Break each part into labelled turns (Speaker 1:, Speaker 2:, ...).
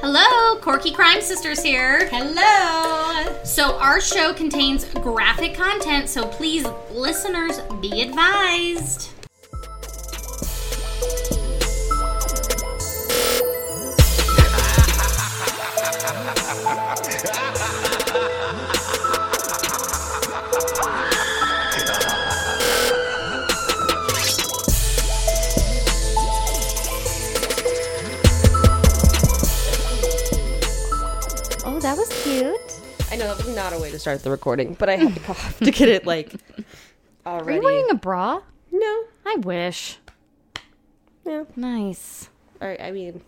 Speaker 1: Hello, Corky Crime Sisters here.
Speaker 2: Hello.
Speaker 1: So, our show contains graphic content, so please, listeners, be advised.
Speaker 3: Oh, that was cute.
Speaker 2: I know that was not a way to start the recording, but I had to cough to get it like
Speaker 3: Are
Speaker 2: already.
Speaker 3: you wearing a bra?
Speaker 2: no.
Speaker 3: I wish.
Speaker 2: No.
Speaker 3: Nice.
Speaker 2: I, I mean,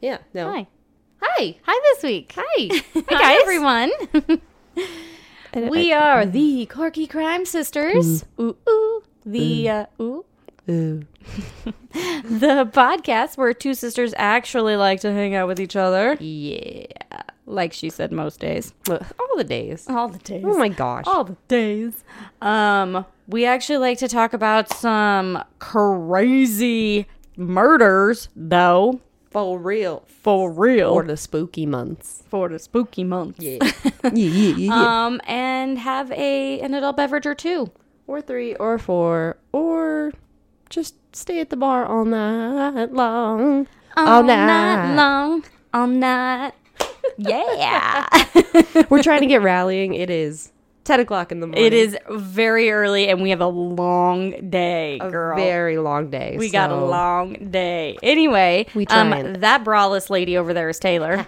Speaker 2: yeah. No.
Speaker 3: Hi.
Speaker 2: Hi.
Speaker 3: Hi this week.
Speaker 2: Hi.
Speaker 3: Hi, everyone. we are the Corky Crime Sisters. Ooh, ooh. The, uh, ooh. The podcast where two sisters actually like to hang out with each other. Yeah. Like she said, most days.
Speaker 2: All the days.
Speaker 3: All the days.
Speaker 2: Oh my gosh.
Speaker 3: all the days. Um, we actually like to talk about some crazy murders, though,
Speaker 2: For real.
Speaker 3: for real,
Speaker 2: For
Speaker 3: for the,
Speaker 2: the spooky months. Uh,
Speaker 3: spooky months.
Speaker 2: yeah, yeah, yeah.
Speaker 3: Um, and have a an adult beverage or two.
Speaker 2: or three or four or just stay at the bar all night long.
Speaker 3: All
Speaker 2: night.
Speaker 3: long, all night. Yeah,
Speaker 2: We're trying to get rallying. It is 10 o'clock in the morning.
Speaker 3: it is very early, and we have a long day,
Speaker 2: a
Speaker 3: girl.
Speaker 2: very long day.
Speaker 3: we got a
Speaker 2: so-
Speaker 3: long day. Anyway,
Speaker 2: We
Speaker 3: um,
Speaker 2: trying.
Speaker 3: that braless lady over there is Taylor.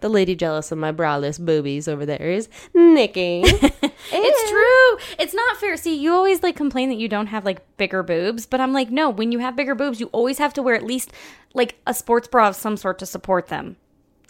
Speaker 2: the lady jealous of my braless boobies over there is Nikki.
Speaker 3: It's true. It's not fair. See, you always like complain that you don't have like bigger boobs, but I'm like, no, when you have bigger boobs, you always have to wear at least like a sports bra of some sort to support them.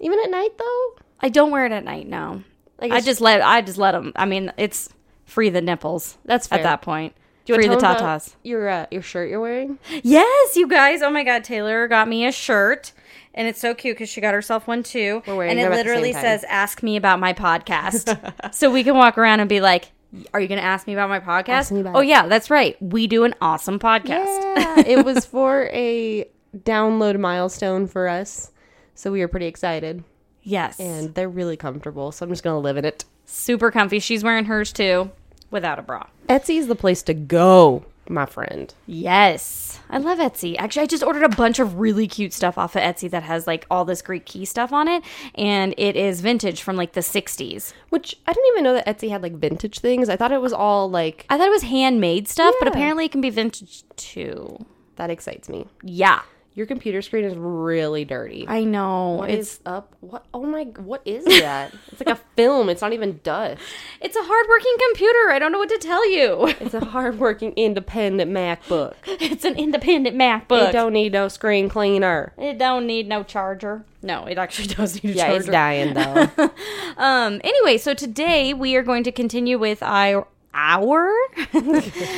Speaker 2: Even at night though,
Speaker 3: I don't wear it at night, no. I,
Speaker 2: guess-
Speaker 3: just let I just let them. I mean, it's free the nipples.
Speaker 2: That's fair.
Speaker 3: At that point.
Speaker 2: Do you
Speaker 3: free the
Speaker 2: wanna tell 'em about
Speaker 3: tatas.
Speaker 2: Your uh, your shirt you're wearing.
Speaker 3: Yes, you guys. Oh my god, Taylor got me a shirt. And it's so cute because she got herself one too.
Speaker 2: We're wearing
Speaker 3: and
Speaker 2: them
Speaker 3: it
Speaker 2: at the same
Speaker 3: literally
Speaker 2: time.
Speaker 3: says, Ask me about my podcast. so we can walk around and be like, Are you going to ask me about my podcast?
Speaker 2: me about
Speaker 3: oh,
Speaker 2: it.
Speaker 3: yeah, that's right. We do an awesome podcast.
Speaker 2: Yeah, it was for a download milestone for us, so we were pretty excited.
Speaker 3: Yes.
Speaker 2: And they're really comfortable, so I'm just gonna live in it.
Speaker 3: Super comfy. She's wearing hers too without a bra.
Speaker 2: Etsy's the place to go, my friend.
Speaker 3: Yes. I love Etsy. Actually, I just ordered a bunch of really cute stuff off of Etsy that has like all this Greek key stuff on it. And it is vintage from like the 60s.
Speaker 2: Which I didn't even know that Etsy had like vintage things. I thought it was all like
Speaker 3: I thought it was handmade stuff, but
Speaker 2: Yeah.
Speaker 3: apparently it can be vintage too.
Speaker 2: that excites me.
Speaker 3: Yeah.
Speaker 2: Your computer screen is really dirty.
Speaker 3: I know. it's
Speaker 2: it's up. What? Oh my! What is that? it's like a film. It's not even dust.
Speaker 3: it's a hardworking computer. I don't know what to tell you.
Speaker 2: It's a hardworking, independent MacBook.
Speaker 3: it's an independent MacBook.
Speaker 2: It don't need no screen cleaner.
Speaker 3: It don't need no charger. No, it actually does need a
Speaker 2: Yeah,
Speaker 3: charger.
Speaker 2: it's dying though.
Speaker 3: Um anyway, so today we are going to continue with our our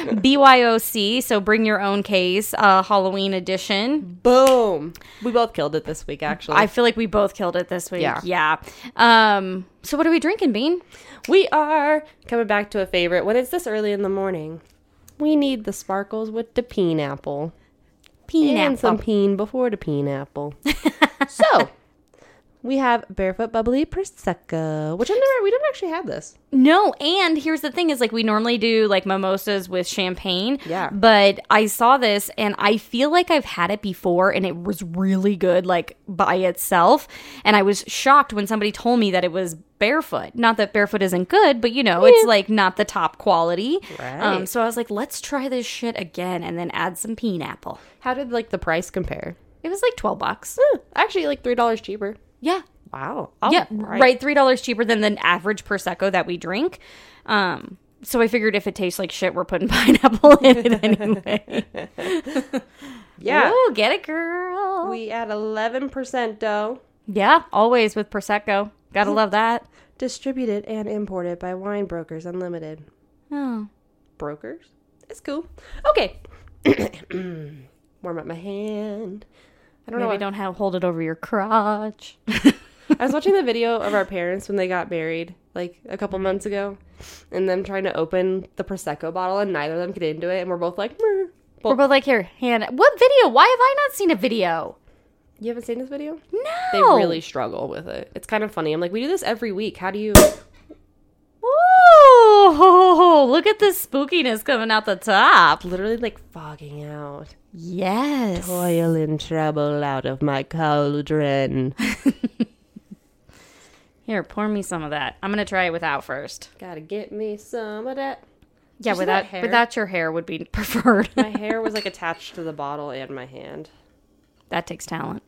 Speaker 3: BYOC, so bring your own case, uh Halloween edition.
Speaker 2: Boom. We both killed it this week, actually.
Speaker 3: I feel like we both killed it this week.
Speaker 2: Yeah.
Speaker 3: yeah. Um so what are we drinking, Bean?
Speaker 2: we are coming back to a favorite. When it's this early in the morning, we need the sparkles with the pineapple. And some peen before the pineapple. so, we have Barefoot Bubbly Prosecco, which I never, we never actually had this.
Speaker 3: No, and here's the thing is like we normally do like mimosas with champagne.
Speaker 2: Yeah.
Speaker 3: But I saw this and I feel like I've had it before and it was really good like by itself. And I was shocked when somebody told me that it was barefoot. Not that barefoot isn't good, but you know, it's like not the top quality.
Speaker 2: Right.
Speaker 3: Um so I was like, let's try this shit again and then add some pineapple.
Speaker 2: How did, like, the price compare?
Speaker 3: It was like twelve bucks.
Speaker 2: Huh, actually, like, $3 cheaper.
Speaker 3: Yeah.
Speaker 2: Wow. Oh,
Speaker 3: Yeah,
Speaker 2: Alright.
Speaker 3: right. Three dollars cheaper than the average prosecco that we drink. Um, so I figured if it tastes like shit, we're putting pineapple in it anyway.
Speaker 2: Yeah.
Speaker 3: Ooh, get it, girl.
Speaker 2: We add 11% dough,
Speaker 3: yeah, always with prosecco. Gotta love that.
Speaker 2: distributed and imported by Wine Brokers Unlimited.
Speaker 3: Oh,
Speaker 2: brokers. It's cool. Okay. Warm up my hand. I don't
Speaker 3: maybe
Speaker 2: know.
Speaker 3: don't have hold it over your crotch.
Speaker 2: I was watching the video of our parents when they got married, like a couple months ago, and them trying to open the prosecco bottle, and neither of them could into it, and we're both like, "Meh."
Speaker 3: we're both like, here, hand. What video? Why have I not seen a video?
Speaker 2: You haven't seen this video? They
Speaker 3: No.
Speaker 2: really struggle with it. It's kind of funny. I'm like, we do this every week. How do you?
Speaker 3: Ooh, look at this spookiness coming out the top.
Speaker 2: Literally like fogging out.
Speaker 3: Yes.
Speaker 2: Oil and trouble out of my cauldron.
Speaker 3: Here, pour me some of that. I'm gonna try it without first.
Speaker 2: Gotta get me some of that.
Speaker 3: Yeah,
Speaker 2: Just
Speaker 3: without
Speaker 2: that hair.
Speaker 3: without your hair would be preferred.
Speaker 2: My hair was like attached to the bottle and my hand.
Speaker 3: that takes talent.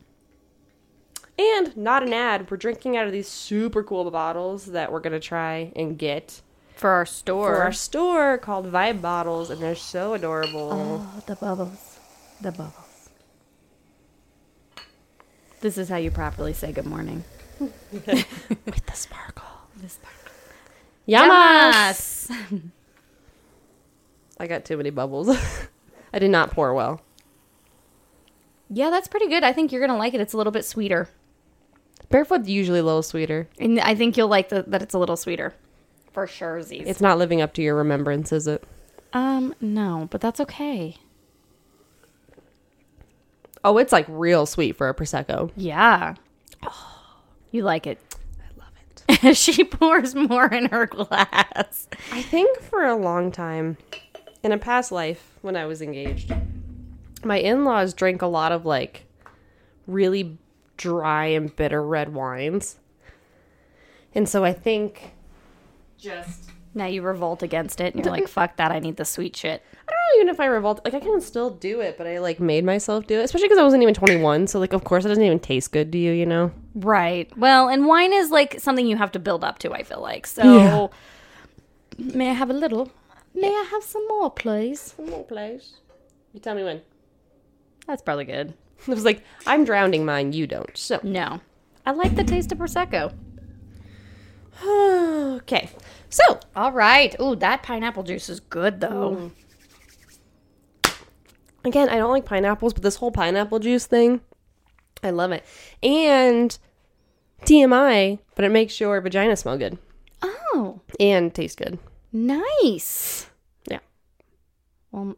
Speaker 2: And not an ad. We're drinking out of these super cool bottles that we're gonna try and get
Speaker 3: For our store.
Speaker 2: for our store called Vibe Bottles, and they're so adorable.
Speaker 3: Oh, the bubbles. The bubbles. This is how you properly say good morning.
Speaker 2: With the sparkle.
Speaker 3: The sparkle.
Speaker 2: Yamas! I got too many bubbles. I did not pour well.
Speaker 3: Yeah, that's pretty good. I think you're gonna like it. It's a little bit sweeter,
Speaker 2: Barefoot's usually a little sweeter.
Speaker 3: and I think you'll like the, that it's a little sweeter, for sure.
Speaker 2: It's not living up to your remembrance, is it?
Speaker 3: Um, no, but that's okay.
Speaker 2: Oh, it's like real sweet for a prosecco.
Speaker 3: Yeah,
Speaker 2: Oh.
Speaker 3: you like it.
Speaker 2: I love it.
Speaker 3: she pours more in her glass.
Speaker 2: I think for a long time, in a past life when I was engaged, my in laws drank a lot of like really dry and bitter red wines. And so I think
Speaker 3: Now you revolt against it, and you're like, "Fuck that! I need the sweet shit."
Speaker 2: I don't know oh, even if I revolt like I can still do it, but I like made myself do it, especially because I wasn't even 21. So like of course it doesn't even taste good to you, you know.
Speaker 3: Right. Well, and wine is like something you have to build up to. I feel like so.
Speaker 2: Yeah.
Speaker 3: May I have a little? May I have some more, please?
Speaker 2: Come on, place. You tell me when.
Speaker 3: That's probably good.
Speaker 2: It was like I'm drowning mine, you don't. So
Speaker 3: No, I like the taste of prosecco.
Speaker 2: okay, so
Speaker 3: All right. Ooh, that pineapple juice is good though.
Speaker 2: again, I don't like pineapples, but this whole pineapple juice thing, I love it. And TMI, but it makes your vagina smell good
Speaker 3: Oh,
Speaker 2: and taste good.
Speaker 3: nice.
Speaker 2: Yeah.
Speaker 3: Well,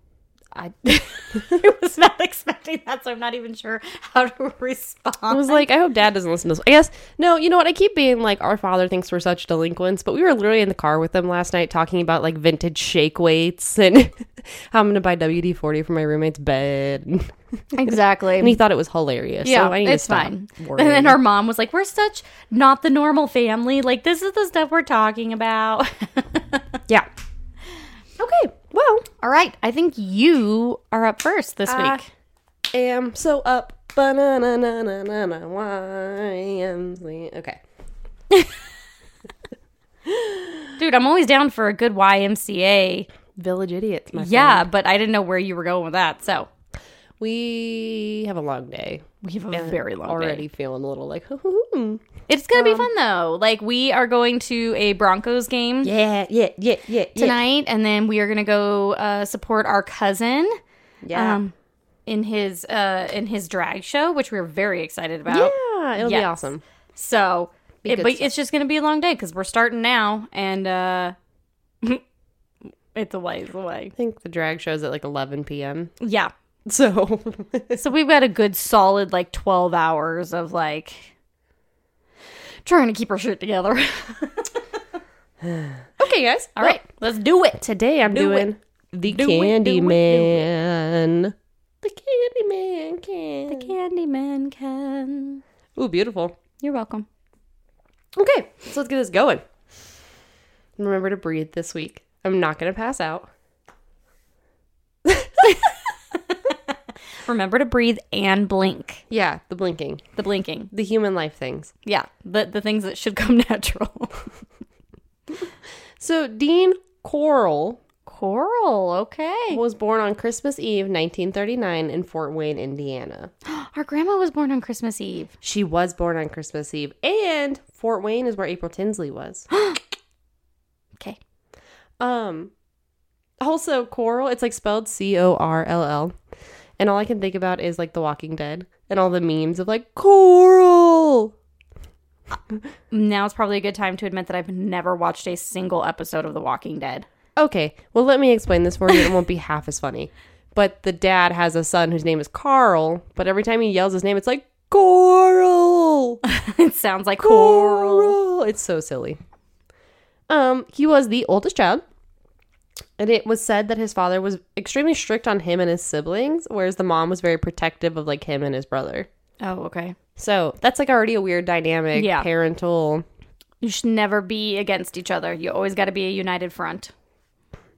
Speaker 3: I I was not expecting that, so I'm not even sure how to
Speaker 2: I
Speaker 3: respond.
Speaker 2: was like, I hope dad doesn't listen to this. I guess, no, you know what? I keep being like, our father thinks we're such delinquents, but we were literally in the car with them last night talking about like vintage shake weights and how I'm going to buy WD 40 for my roommate's bed. and
Speaker 3: Exactly.
Speaker 2: he thought it was hilarious.
Speaker 3: yeah,
Speaker 2: so I need to
Speaker 3: it's
Speaker 2: stop
Speaker 3: fine. And
Speaker 2: worrying.
Speaker 3: then our mom was like, "We're such not the normal family. Like this is the stuff we're talking about."
Speaker 2: yeah. Okay. Well,
Speaker 3: All right, I think you are up first this
Speaker 2: I
Speaker 3: week.
Speaker 2: am so up. Ba-na-na-na-na-na-na. YMZ. Okay.
Speaker 3: Dude, I'm always down for a good YMCA.
Speaker 2: Village idiots. My
Speaker 3: Yeah, but I didn't know where you were going with that. So,
Speaker 2: We have a long day.
Speaker 3: we have a very long day.
Speaker 2: Already feeling a little like, hoo-hoo.
Speaker 3: It's gonna be fun though. Like we are going to a Broncos game
Speaker 2: yeah, yeah, yeah, yeah,
Speaker 3: tonight, and then we are gonna go uh, support our cousin
Speaker 2: yeah.
Speaker 3: um, in his uh, in his drag show, which we're very excited about.
Speaker 2: yeah, it'll
Speaker 3: Oh. yes.
Speaker 2: be awesome.
Speaker 3: So, it-
Speaker 2: good
Speaker 3: but
Speaker 2: stuff.
Speaker 3: it's just gonna be a long day because we're starting now, and uh, it's a ways away.
Speaker 2: I think the drag show's at like 11 p.m.
Speaker 3: Yeah.
Speaker 2: So
Speaker 3: So we've got a good solid like twelve hours of like trying to keep our shit together.
Speaker 2: okay, guys.
Speaker 3: All right, let's do it.
Speaker 2: Today I'm
Speaker 3: Do it.
Speaker 2: doing the
Speaker 3: Do it, do it, do it.
Speaker 2: Candyman. The Candyman can.
Speaker 3: Candyman can.
Speaker 2: Ooh, beautiful.
Speaker 3: You're welcome.
Speaker 2: Okay, so let's get this going. Remember to breathe this week. I'm not going to pass out.
Speaker 3: Remember to breathe and blink.
Speaker 2: Yeah, the blinking,
Speaker 3: The blinking.
Speaker 2: the human life things.
Speaker 3: Yeah, the the things that should come natural.
Speaker 2: So, Dean Coral
Speaker 3: Coral, okay.
Speaker 2: was born on Christmas Eve, 1939, in Fort Wayne, Indiana.
Speaker 3: Our grandma was born on Christmas Eve.
Speaker 2: She was born on Christmas Eve, and Fort Wayne is where April Tinsley was.
Speaker 3: Okay.
Speaker 2: Um, also, Coral, it's like spelled C O R L L. And all I can think about is like The Walking Dead and all the memes of like, Coral!
Speaker 3: Now it's probably a good time to admit that I've never watched a single episode of The Walking Dead.
Speaker 2: Okay, well, let me explain this for you. It won't be half as funny. But the dad has a son whose name is Carl, but every time he yells his name, it's like, Coral.
Speaker 3: it sounds like coral.
Speaker 2: Coral. It's so silly. Um, he was the oldest child, and it was said that his father was extremely strict on him and his siblings, whereas the mom was very protective of like him and his brother.
Speaker 3: Oh, okay.
Speaker 2: So that's like already a weird dynamic,
Speaker 3: Yeah.
Speaker 2: parental.
Speaker 3: You should never be against each other. You always got to be a united front.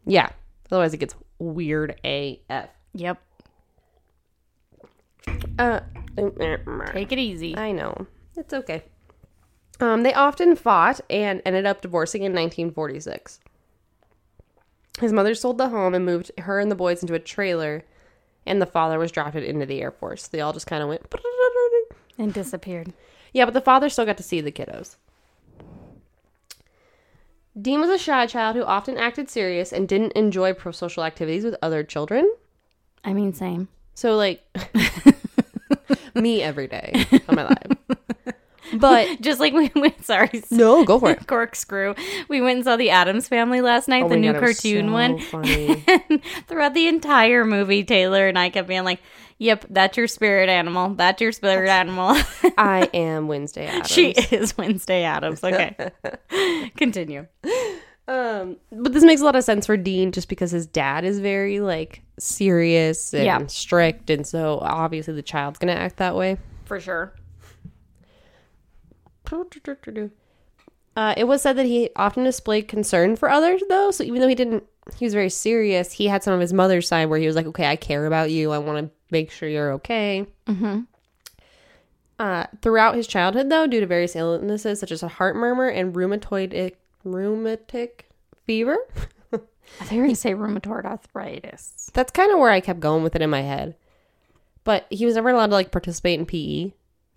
Speaker 2: Yeah. Otherwise, it gets weird AF.
Speaker 3: Yep.
Speaker 2: Uh,
Speaker 3: Take it easy.
Speaker 2: I know. It's okay. Um, they often fought and ended up divorcing in 1946. His mother sold the home and moved her and the boys into a trailer, and the father was drafted into the Air Force. They all just kind of went.
Speaker 3: and disappeared.
Speaker 2: Yeah, but the father still got to see the kiddos. Dean was a shy child who often acted serious and didn't enjoy pro- social activities with other children.
Speaker 3: I mean, same.
Speaker 2: So like me every day of my life. But
Speaker 3: Just like we went, sorry,
Speaker 2: no, go for it.
Speaker 3: corkscrew. We went and saw the Adams Family last night, the
Speaker 2: Oh my
Speaker 3: new
Speaker 2: God, it was
Speaker 3: cartoon
Speaker 2: so
Speaker 3: one.
Speaker 2: funny.
Speaker 3: And throughout the entire movie, Taylor and I kept being like, "Yep, that's your spirit animal. That's your spirit animal."
Speaker 2: I am Wednesday Adams.
Speaker 3: she is Wednesday Adams. Okay, continue.
Speaker 2: um, but this makes a lot of sense for Dean just because his dad is very like serious and
Speaker 3: Yeah.
Speaker 2: strict, and so obviously the child's gonna act that way.
Speaker 3: For sure.
Speaker 2: Uh, it was said that he often displayed concern for others, though. So even though he didn't, he was very serious. He had some of his mother's side where he was like, "Okay, I care about you. I want to make sure you're okay." Mm-hmm. Uh, throughout his childhood, though, due to various illnesses such as a heart murmur and rheumatoid rheumatic fever,
Speaker 3: I think you're gonna say rheumatoid arthritis.
Speaker 2: that's kind of where I kept going with it in my head. But he was never allowed to like participate in PE,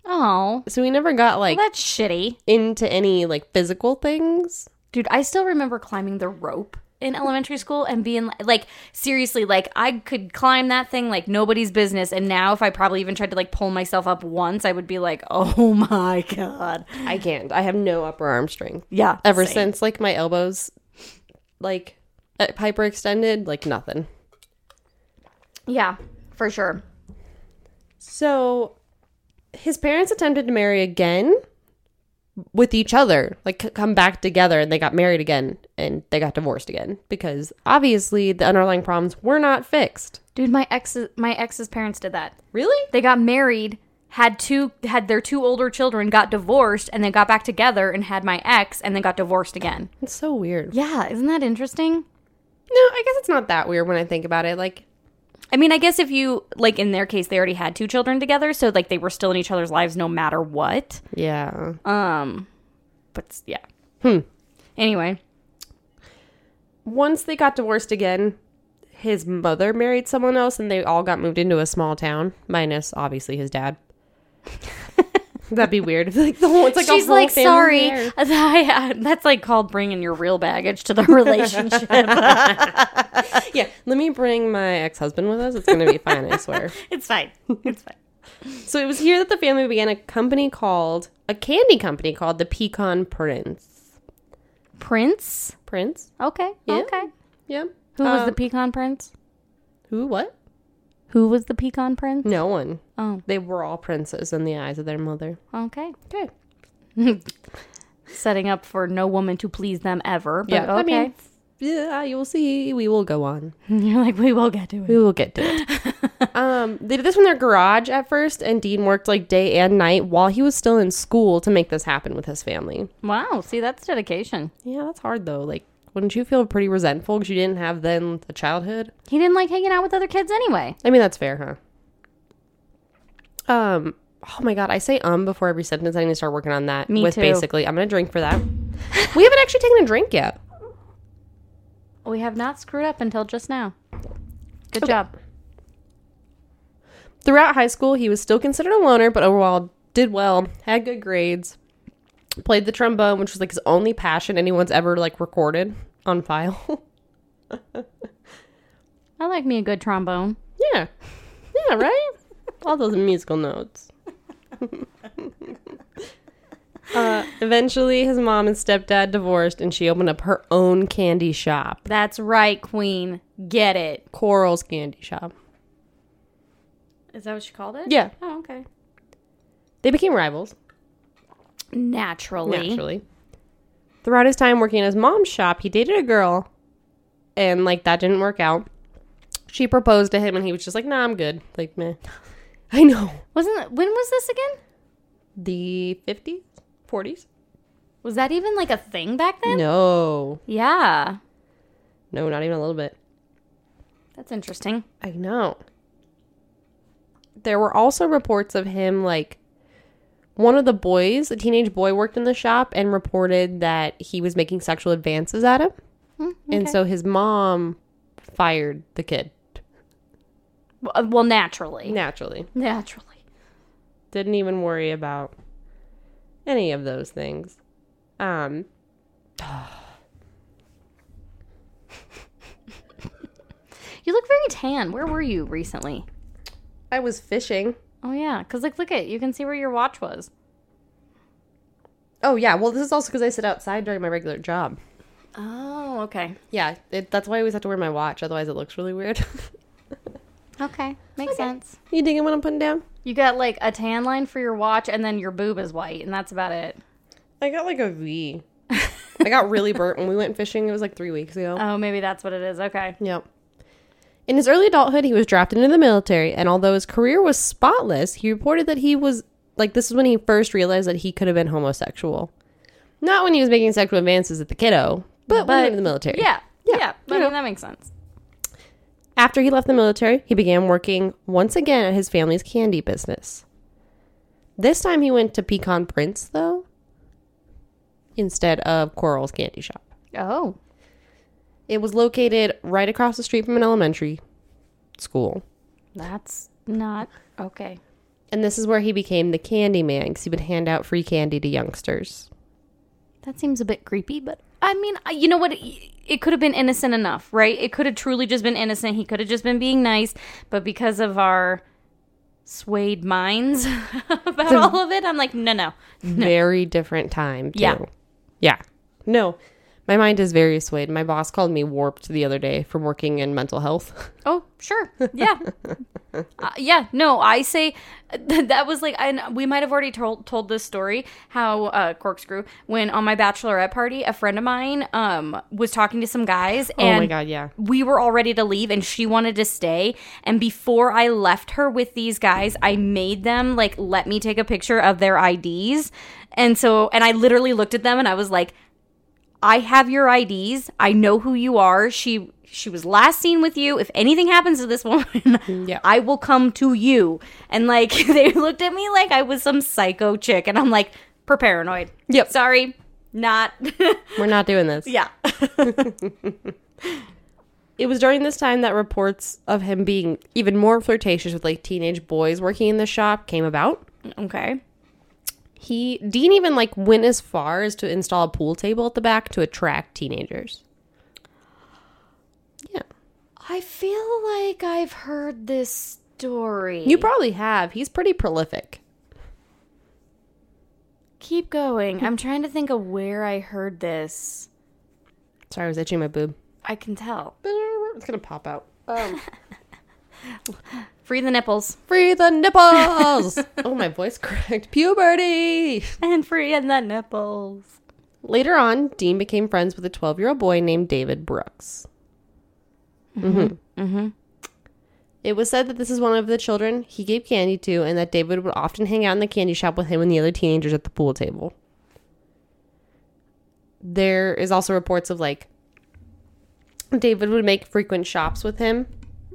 Speaker 3: Oh,
Speaker 2: so he never got like
Speaker 3: that's shitty,
Speaker 2: into any like physical things.
Speaker 3: dude. I still remember climbing the rope in elementary school and being li- like, seriously, like I could climb that thing like nobody's business. And now, if I probably even tried to like pull myself up once, I would be like, oh my god.
Speaker 2: I can't. I have no upper arm strength.
Speaker 3: Yeah.
Speaker 2: ever
Speaker 3: same.
Speaker 2: since like my elbows like uh, hyper extended like nothing
Speaker 3: Yeah, for sure.
Speaker 2: so his parents attempted to marry again with each other like c- come back together and they got married again and they got divorced again because obviously the underlying problems were not fixed
Speaker 3: Dude, my ex my ex's parents did that.
Speaker 2: really
Speaker 3: They got married, had two had their two older children, got divorced, and then got back together and had my ex and then got divorced again.
Speaker 2: it's so weird
Speaker 3: Yeah, isn't that interesting?
Speaker 2: no i guess it's not that weird when i think about it like
Speaker 3: I mean, I guess if you like in their case they already had two children together, so like they were still in each other's lives no matter what.
Speaker 2: yeah
Speaker 3: Um but s- yeah.
Speaker 2: Hmm.
Speaker 3: Anyway,
Speaker 2: once they got divorced again, his mother married someone else and they all got moved into a small town, minus obviously his dad. That'd be weird. if, Like the whole, it's like
Speaker 3: she's
Speaker 2: a whole
Speaker 3: like,
Speaker 2: family
Speaker 3: sorry,
Speaker 2: there.
Speaker 3: that's like called bringing your real baggage to the relationship.
Speaker 2: Yeah, let me bring my ex husband with us. It's gonna be fine, I swear.
Speaker 3: it's fine. It's fine.
Speaker 2: So it was here that the family began a company called a candy company called the Pecan Prince.
Speaker 3: Prince.
Speaker 2: Prince?
Speaker 3: Okay. Okay.
Speaker 2: Yeah.
Speaker 3: Who was the
Speaker 2: Um,
Speaker 3: pecan prince?
Speaker 2: who? What?
Speaker 3: Who was the pecan prince?
Speaker 2: No one.
Speaker 3: Oh,
Speaker 2: They were all princes in the eyes of their mother.
Speaker 3: okay.
Speaker 2: Okay.
Speaker 3: Setting up for no woman to please them ever. But
Speaker 2: Yeah.
Speaker 3: okay.
Speaker 2: I mean, yeah. You will see. We will go on.
Speaker 3: You're like, we will get to it.
Speaker 2: We will get to it. um, they did this in their garage at first, and Dean worked like day and night while he was still in school to make this happen with his family.
Speaker 3: Wow. See, that's dedication.
Speaker 2: Yeah, that's hard though. Like, wouldn't you feel pretty resentful because you didn't have then a childhood?
Speaker 3: He didn't like hanging out with other kids anyway.
Speaker 2: I mean, that's fair, huh? Um, oh my god, I say um before every sentence. I need to start working on that.
Speaker 3: Me
Speaker 2: with
Speaker 3: too.
Speaker 2: basically, I'm gonna drink for that. we haven't actually taken a drink yet.
Speaker 3: We have not screwed up until just now. Good job.
Speaker 2: Throughout high school, he was still considered a loner, but overall did well, had good grades, played the trombone, which was like his only passion anyone's ever like recorded on file.
Speaker 3: I like me a good trombone.
Speaker 2: yeah. Yeah, right? All those musical notes. uh, eventually, his mom and stepdad divorced, and she opened up her own candy shop,
Speaker 3: That's right, Queen. Get it.
Speaker 2: Coral's Candy Shop.
Speaker 3: Is that what she called it?
Speaker 2: Yeah.
Speaker 3: Oh, okay.
Speaker 2: They became rivals,
Speaker 3: Naturally.
Speaker 2: naturally. Throughout his time working at his mom's shop, he dated a girl, and like that didn't work out. She proposed to him, and he was just like, "Nah, I'm good." Like, meh. I know.
Speaker 3: Wasn't it, when was this again?
Speaker 2: The 50s, 40s.
Speaker 3: Was that even like a thing back then?
Speaker 2: No,
Speaker 3: Yeah.
Speaker 2: no, not even a little bit.
Speaker 3: That's interesting.
Speaker 2: I know. There were also reports of him like one of the boys, a teenage boy worked in the shop and reported that he was making sexual advances at him. And so his mom fired the kid
Speaker 3: W- uh, Well, naturally.
Speaker 2: naturally.
Speaker 3: Naturally.
Speaker 2: Didn't even worry about any of those things. Um
Speaker 3: You look very tan. Where were you recently?
Speaker 2: I was fishing.
Speaker 3: Oh yeah, cuz like look at you can see where your watch was.
Speaker 2: Oh yeah, well this is also cuz I sit outside during my regular job.
Speaker 3: Oh, okay.
Speaker 2: Yeah, it, that's why I always have to wear my watch otherwise it looks really weird.
Speaker 3: Okay. Makes sense.
Speaker 2: you digging what I'm putting down?
Speaker 3: You got like a tan line for your watch and then your boob is white and that's about it.
Speaker 2: I got like a V. I got really burnt when we went fishing. It was like three weeks ago.
Speaker 3: Oh, maybe that's what it is. Okay.
Speaker 2: Yep. In his early adulthood, he was drafted into the military, and although his career was spotless, he reported that he was like this is when he first realized that he could have been homosexual. Not when he was making sexual advances at the kiddo, but, when he
Speaker 3: But-
Speaker 2: was in the military.
Speaker 3: Yeah. Yeah. I
Speaker 2: you know.
Speaker 3: mean, that makes sense.
Speaker 2: After he left the military, he began working once again at his family's candy business. This time he went to Pecan Prince, though, instead of Coral's candy shop.
Speaker 3: Oh.
Speaker 2: It was located right across the street from an elementary school.
Speaker 3: That's not okay.
Speaker 2: And this is where he became the candy man because he would hand out free candy to youngsters.
Speaker 3: That seems a bit creepy, but I mean, I- you know what? It could have been innocent enough, right? It could have truly just been innocent. He could have just been being nice, but because of our swayed minds about all of it, I'm like, no, no.
Speaker 2: Very different time, too.
Speaker 3: Yeah.
Speaker 2: Yeah. No, my mind is very swayed. My boss called me warped the other day from working in mental health.
Speaker 3: Oh, sure. Yeah. uh, yeah. No, I say th- that was like, and we might have already told told this story how uh, corkscrew when on my bachelorette party, a friend of mine um was talking to some guys, and
Speaker 2: oh my God, yeah.
Speaker 3: we were all ready to leave and she wanted to stay and before i left her with these guys i made them like let me take a picture of their ids and so and i literally looked at them and i was like i have your ids i know who you are she she was last seen with you if anything happens to this woman
Speaker 2: Yeah.
Speaker 3: i will come to you and like they looked at me like i was some psycho chick and i'm like per paranoid
Speaker 2: Yep.
Speaker 3: sorry not
Speaker 2: We're not doing this.
Speaker 3: yeah
Speaker 2: It was during this time that reports of him being even more flirtatious with like teenage boys working in the shop came about.
Speaker 3: okay
Speaker 2: He Dean even like went as far as to install a pool table at the back to attract teenagers. Yeah.
Speaker 3: I feel like I've heard this story.
Speaker 2: You probably have. He's pretty prolific.
Speaker 3: keep going. I'm trying to think of where I heard this.
Speaker 2: Sorry, I was itching my boob.
Speaker 3: I can tell.
Speaker 2: It's gonna pop out. Um,
Speaker 3: Free the nipples
Speaker 2: free the nipples. oh, my voice cracked. Puberty.
Speaker 3: and free the nipples.
Speaker 2: Later on, Dean became friends with a 12 year old boy named David Brooks. Mm hmm. Mm hmm. It was said that this is one of the children he gave candy to, and that David would often hang out in the candy shop with him and the other teenagers at the pool table. There is also reports of like David would make frequent shops with him.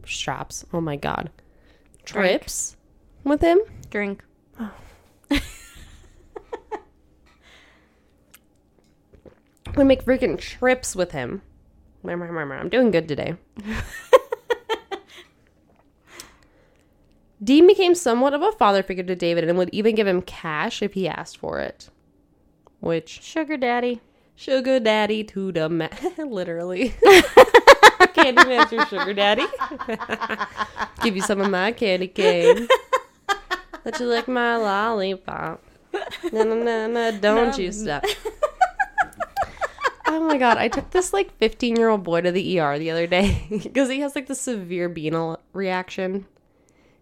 Speaker 2: Shops. Oh my God. Trips with him.
Speaker 3: Drink.
Speaker 2: would make freaking trips with him. I'm doing good today. Dean became somewhat of a father figure to David and would even give him cash if he asked for it. Which
Speaker 3: Sugar daddy.
Speaker 2: sugar daddy to the ma- literally. candy man's your sugar daddy. give you some of my candy cane. Let you lick my lollipop. No, no, no, no, don't you stop. Oh my god, I took this like 15 year E old boy to the ER the other day because he has like the severe venal reaction.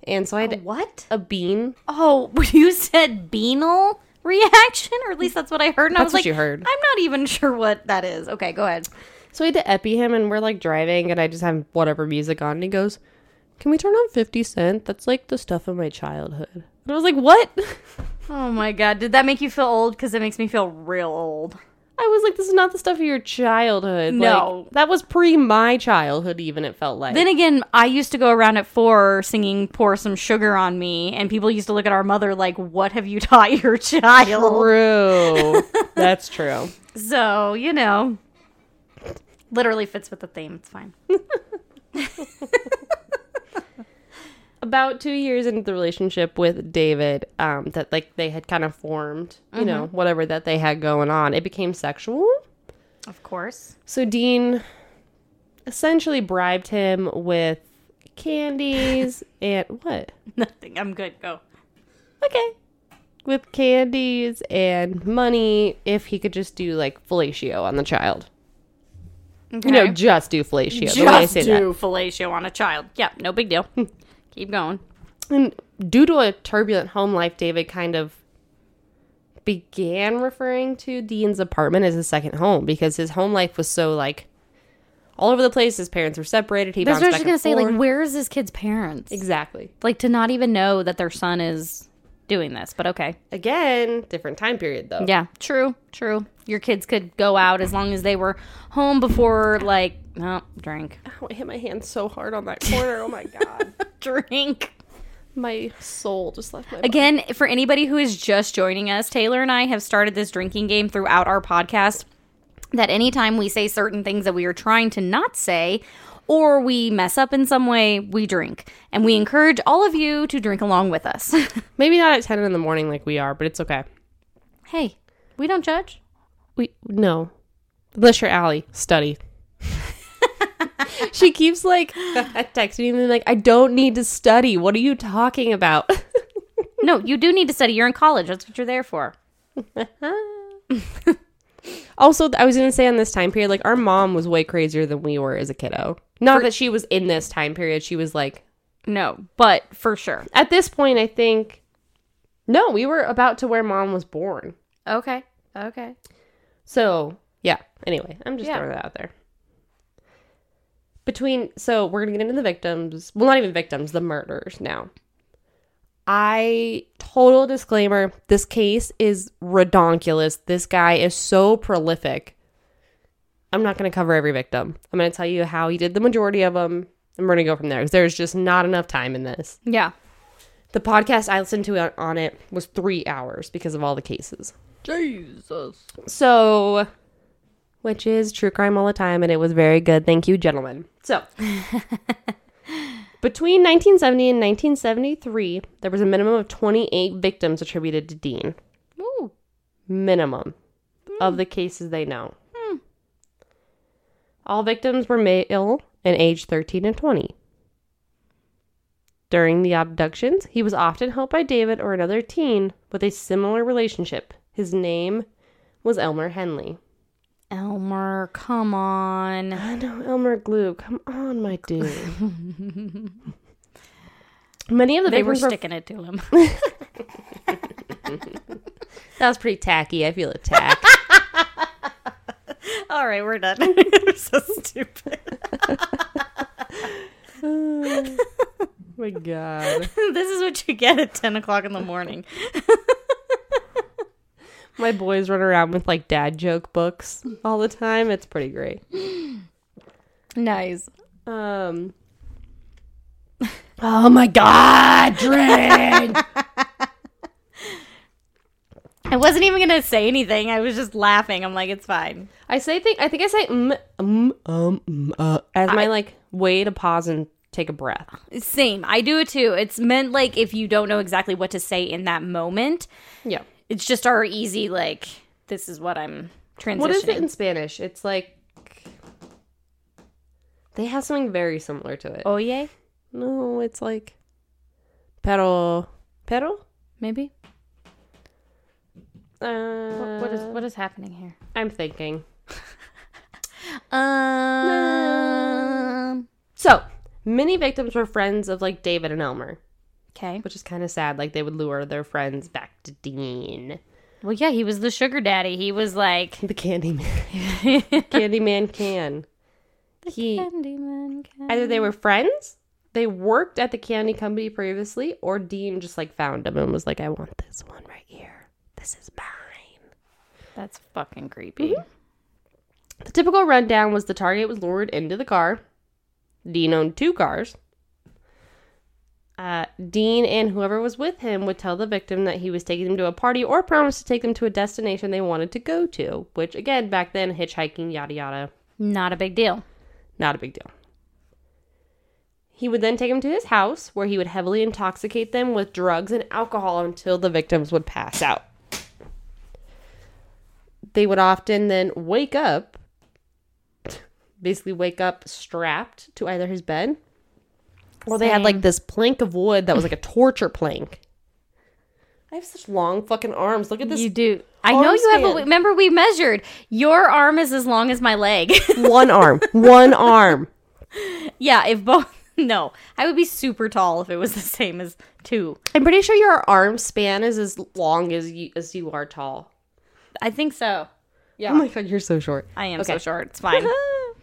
Speaker 2: And so I had
Speaker 3: What?
Speaker 2: a bean.
Speaker 3: Oh, you said benal reaction, or at least that's what I heard. And I
Speaker 2: That's
Speaker 3: was
Speaker 2: what
Speaker 3: like,
Speaker 2: you heard.
Speaker 3: I'm not even sure what that is. Okay, go ahead.
Speaker 2: So I had to epi him, and we're like driving, and I just have whatever music on, and he goes, "Can we turn on Fifty Cent? That's like the stuff of my childhood." And I was like, "What?"
Speaker 3: Oh my god, did that make you feel old? Because it makes me feel real old.
Speaker 2: I was like, "This is not the stuff of your childhood."
Speaker 3: No.
Speaker 2: like, that was pre my childhood. Even it felt like.
Speaker 3: Then again, I used to go around at four singing "Pour Some Sugar on Me," and people used to look at our mother like, "What have you taught your child?"
Speaker 2: True. That's true.
Speaker 3: So you know, literally fits with the theme. It's fine.
Speaker 2: About two years into the relationship with David, um, that like they had kind of formed, you
Speaker 3: Mm-hmm.
Speaker 2: know, whatever that they had going on, it became sexual.
Speaker 3: Of course.
Speaker 2: So Dean essentially bribed him with candies and what?
Speaker 3: Nothing. I'm good. Go.
Speaker 2: Okay. With candies and money if he could just do like fellatio on the child.
Speaker 3: Okay.
Speaker 2: You know, just do fellatio. the way I
Speaker 3: Just
Speaker 2: say
Speaker 3: do fellatio on a child. Yeah, no big deal. Keep going.
Speaker 2: that. And due to a turbulent home life, David kind of began referring to Dean's apartment as his second home because his home life was so like all over the place. His parents were separated. He
Speaker 3: That's
Speaker 2: bounced
Speaker 3: what I
Speaker 2: back
Speaker 3: was just
Speaker 2: and
Speaker 3: gonna say. Like,
Speaker 2: forth.
Speaker 3: where is this kid's parents?
Speaker 2: exactly.
Speaker 3: Like to not even know that their son is doing this. But okay.
Speaker 2: Again, different time period though.
Speaker 3: Yeah. True. True. Your kids could go out as long as they were home before like no drink.
Speaker 2: Oh, I hit my hand so hard on that corner. Oh my god.
Speaker 3: Drink.
Speaker 2: my soul just left my
Speaker 3: Again, for anybody who is just joining us, Taylor and I have started this drinking game throughout our podcast that anytime we say certain things that we are trying to not say or we mess up in some way, we drink. And we encourage all of you to drink along with us.
Speaker 2: Maybe not at 10 in the morning like we are, but it's okay.
Speaker 3: hey, we don't judge.
Speaker 2: We no. Unless you're Allie, study. she keeps like texting me like, I don't need to study. What are you talking about?
Speaker 3: No, you do need to study. You're in college. That's what you're there for.
Speaker 2: also, I was gonna say on this time period, like our mom was way crazier than we were as a kiddo. Not that she was in this time period. She was like
Speaker 3: No, but for sure.
Speaker 2: at this point, I think no, we were about to where mom was born.
Speaker 3: Okay. Okay.
Speaker 2: So yeah. Anyway, I'm just
Speaker 3: Yeah.
Speaker 2: throwing that out there. Between so we're gonna get into the victims. Well, not even victims, the murders now. I total disclaimer, this case is redonkulous. This guy is so prolific. I'm not gonna cover every victim. I'm gonna tell you how he did the majority of them. And we're gonna go from there because there's just not enough time in this.
Speaker 3: Yeah.
Speaker 2: The podcast I listened to on- on it was three hours because of all the cases.
Speaker 3: Jesus.
Speaker 2: So, which is true crime all the time, and it was very good. Thank you, gentlemen. So, between 1970 and 1973, there was a minimum of 28 victims attributed to Dean.
Speaker 3: Ooh.
Speaker 2: Minimum of the cases they know. All victims were male and aged 13 and 20. During the abductions, he was often helped by David or another teen with a similar relationship. His name was Elmer Henley.
Speaker 3: Elmer, come on.
Speaker 2: I know Elmer Glue. Come on, my dude. Many of the
Speaker 3: They were
Speaker 2: victims were
Speaker 3: sticking it to him.
Speaker 2: that was pretty tacky. I feel attacked.
Speaker 3: All right, we're done. You're so stupid.
Speaker 2: my God,
Speaker 3: this is what you get at 10 o'clock in the morning.
Speaker 2: my boys run around with like dad joke books all the time. It's pretty great.
Speaker 3: Nice.
Speaker 2: Um. Oh my God, Dren!
Speaker 3: I wasn't even going to say anything. I was just laughing. I'm like, it's fine.
Speaker 2: I say think I think I say mm, mm, um mm, uh, as my like way to pause and take a breath.
Speaker 3: Same. I do it too. It's meant like if you don't know exactly what to say in that moment,
Speaker 2: Yeah.
Speaker 3: it's just our easy, like, this is what I'm transitioning.
Speaker 2: What is it in Spanish? It's like they have something very similar to it.
Speaker 3: Oh, yeah?
Speaker 2: No, it's like pero pero.
Speaker 3: Maybe?
Speaker 2: Uh,
Speaker 3: what is what is happening here?
Speaker 2: I'm thinking.
Speaker 3: Um, Um,
Speaker 2: So many victims were friends of like David and Elmer.
Speaker 3: Okay.
Speaker 2: which is kind of sad. Like they would lure their friends back to Dean,
Speaker 3: Well, yeah, he was the sugar daddy. He was like
Speaker 2: the Candyman. Candyman can. He
Speaker 3: Candyman. Can-
Speaker 2: either they were friends, they worked at the candy company previously, or Dean just like found him and was like, "I want this one right here. This is mine."
Speaker 3: That's fucking creepy.
Speaker 2: The typical rundown was the target was lured into the car. Dean owned two cars. Uh, Dean and whoever was with him would tell the victim that he was taking them to a party or promise to take them to a destination they wanted to go to, which, again, back then, hitchhiking, yada yada,
Speaker 3: Not a big deal.
Speaker 2: not a big deal. He would then take them to his house where he would heavily intoxicate them with drugs and alcohol until the victims would pass out. They would often then wake up, basically wake up strapped to either his bed or they had like this plank of wood that was like a torture plank. I have such long fucking arms. Look at this
Speaker 3: You do. I know
Speaker 2: arm
Speaker 3: you have. A,
Speaker 2: span.
Speaker 3: remember, we measured. Your arm is as long as my leg.
Speaker 2: one arm. One arm.
Speaker 3: yeah. If both. No, I would be super tall if it was the same as two.
Speaker 2: I'm pretty sure your arm span is as long as you as you are tall.
Speaker 3: I think so. Yeah.
Speaker 2: Oh my god, you're so short.
Speaker 3: I am so
Speaker 2: Okay.
Speaker 3: short. It's fine.
Speaker 2: I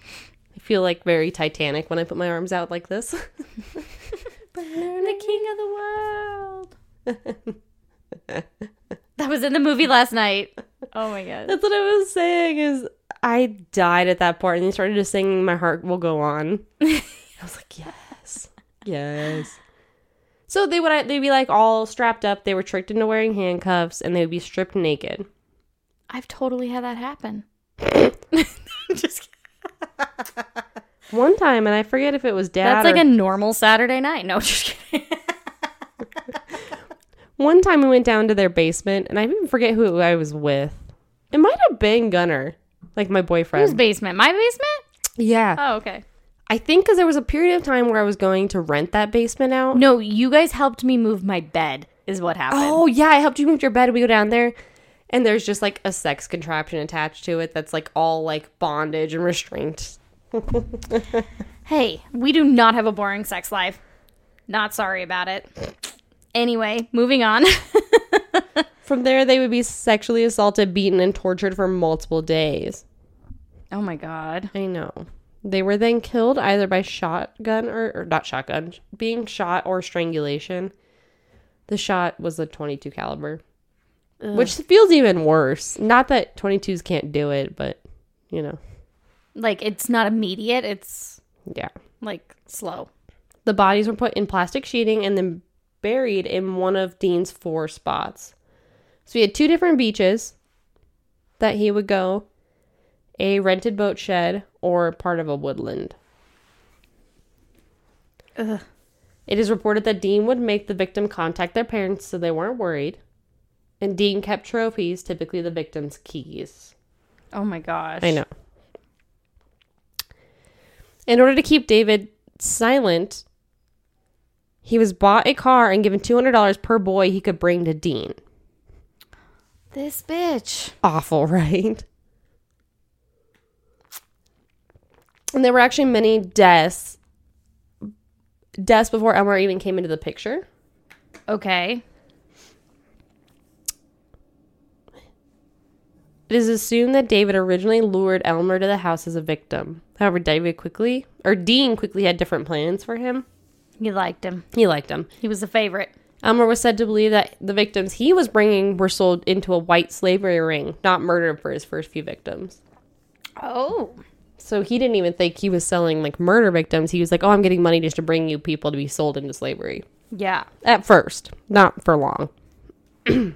Speaker 2: feel like very Titanic when I put my arms out like this.
Speaker 3: the king of the world. that was in the movie last night. Oh my god.
Speaker 2: That's what I was saying is I died at that part and they started just singing My Heart Will Go On. I was like, yes. Yes. So they would they'd be like all strapped up, they were tricked into wearing handcuffs and they would be stripped naked.
Speaker 3: I've totally had that happen. Just kidding.
Speaker 2: One time and I forget if it was dad
Speaker 3: That's
Speaker 2: or
Speaker 3: like a normal Saturday night. No, just kidding.
Speaker 2: One time we went down to their basement, and I even forget who I was with. It might have been Gunner, like my boyfriend.
Speaker 3: Whose basement? My basement?
Speaker 2: yeah,
Speaker 3: Oh, okay.
Speaker 2: I think because there was a period of time where I was going to rent that basement out.
Speaker 3: No, you guys helped me move my bed, is what happened.
Speaker 2: Oh yeah, I helped you move your bed. We go down there, and there's just like a sex contraption attached to it that's like all like bondage and restraint.
Speaker 3: Hey, we do not have a boring sex life. Not sorry about it. Anyway, moving on.
Speaker 2: From there, they would be sexually assaulted, beaten, and tortured for multiple days.
Speaker 3: oh my god.
Speaker 2: I know. They were then killed either by shotgun or, or not shotgun, being shot or strangulation. The shot was a 22 caliber, which feels even worse. Not that 22s can't do it, but you know,
Speaker 3: Like it's not immediate, it's
Speaker 2: yeah.
Speaker 3: like slow.
Speaker 2: The bodies were put in plastic sheeting and then buried in one of Dean's four spots. So he had two different beaches that he would go, a rented boat shed or part of a woodland.
Speaker 3: Ugh.
Speaker 2: It is reported that Dean would make the victim contact their parents so they weren't worried. And Dean kept trophies, typically the victim's keys.
Speaker 3: Oh my gosh.
Speaker 2: I know. In order to keep David silent, he was bought a car and given $200 per boy he could bring to Dean.
Speaker 3: This bitch.
Speaker 2: Awful, right? And there were actually many deaths deaths before Elmer even came into the picture.
Speaker 3: Okay.
Speaker 2: It is assumed that David originally lured Elmer to the house as a victim. However, David quickly or Dean quickly had different plans for him.
Speaker 3: You liked him.
Speaker 2: He liked him.
Speaker 3: He was a favorite.
Speaker 2: Elmer was said to believe that the victims he was bringing were sold into a white slavery ring, not murder for his first few victims.
Speaker 3: Oh.
Speaker 2: So he didn't even think he was selling like murder victims. He was like, "Oh, I'm getting money just to bring you people to be sold into slavery."
Speaker 3: Yeah.
Speaker 2: At first, not for long.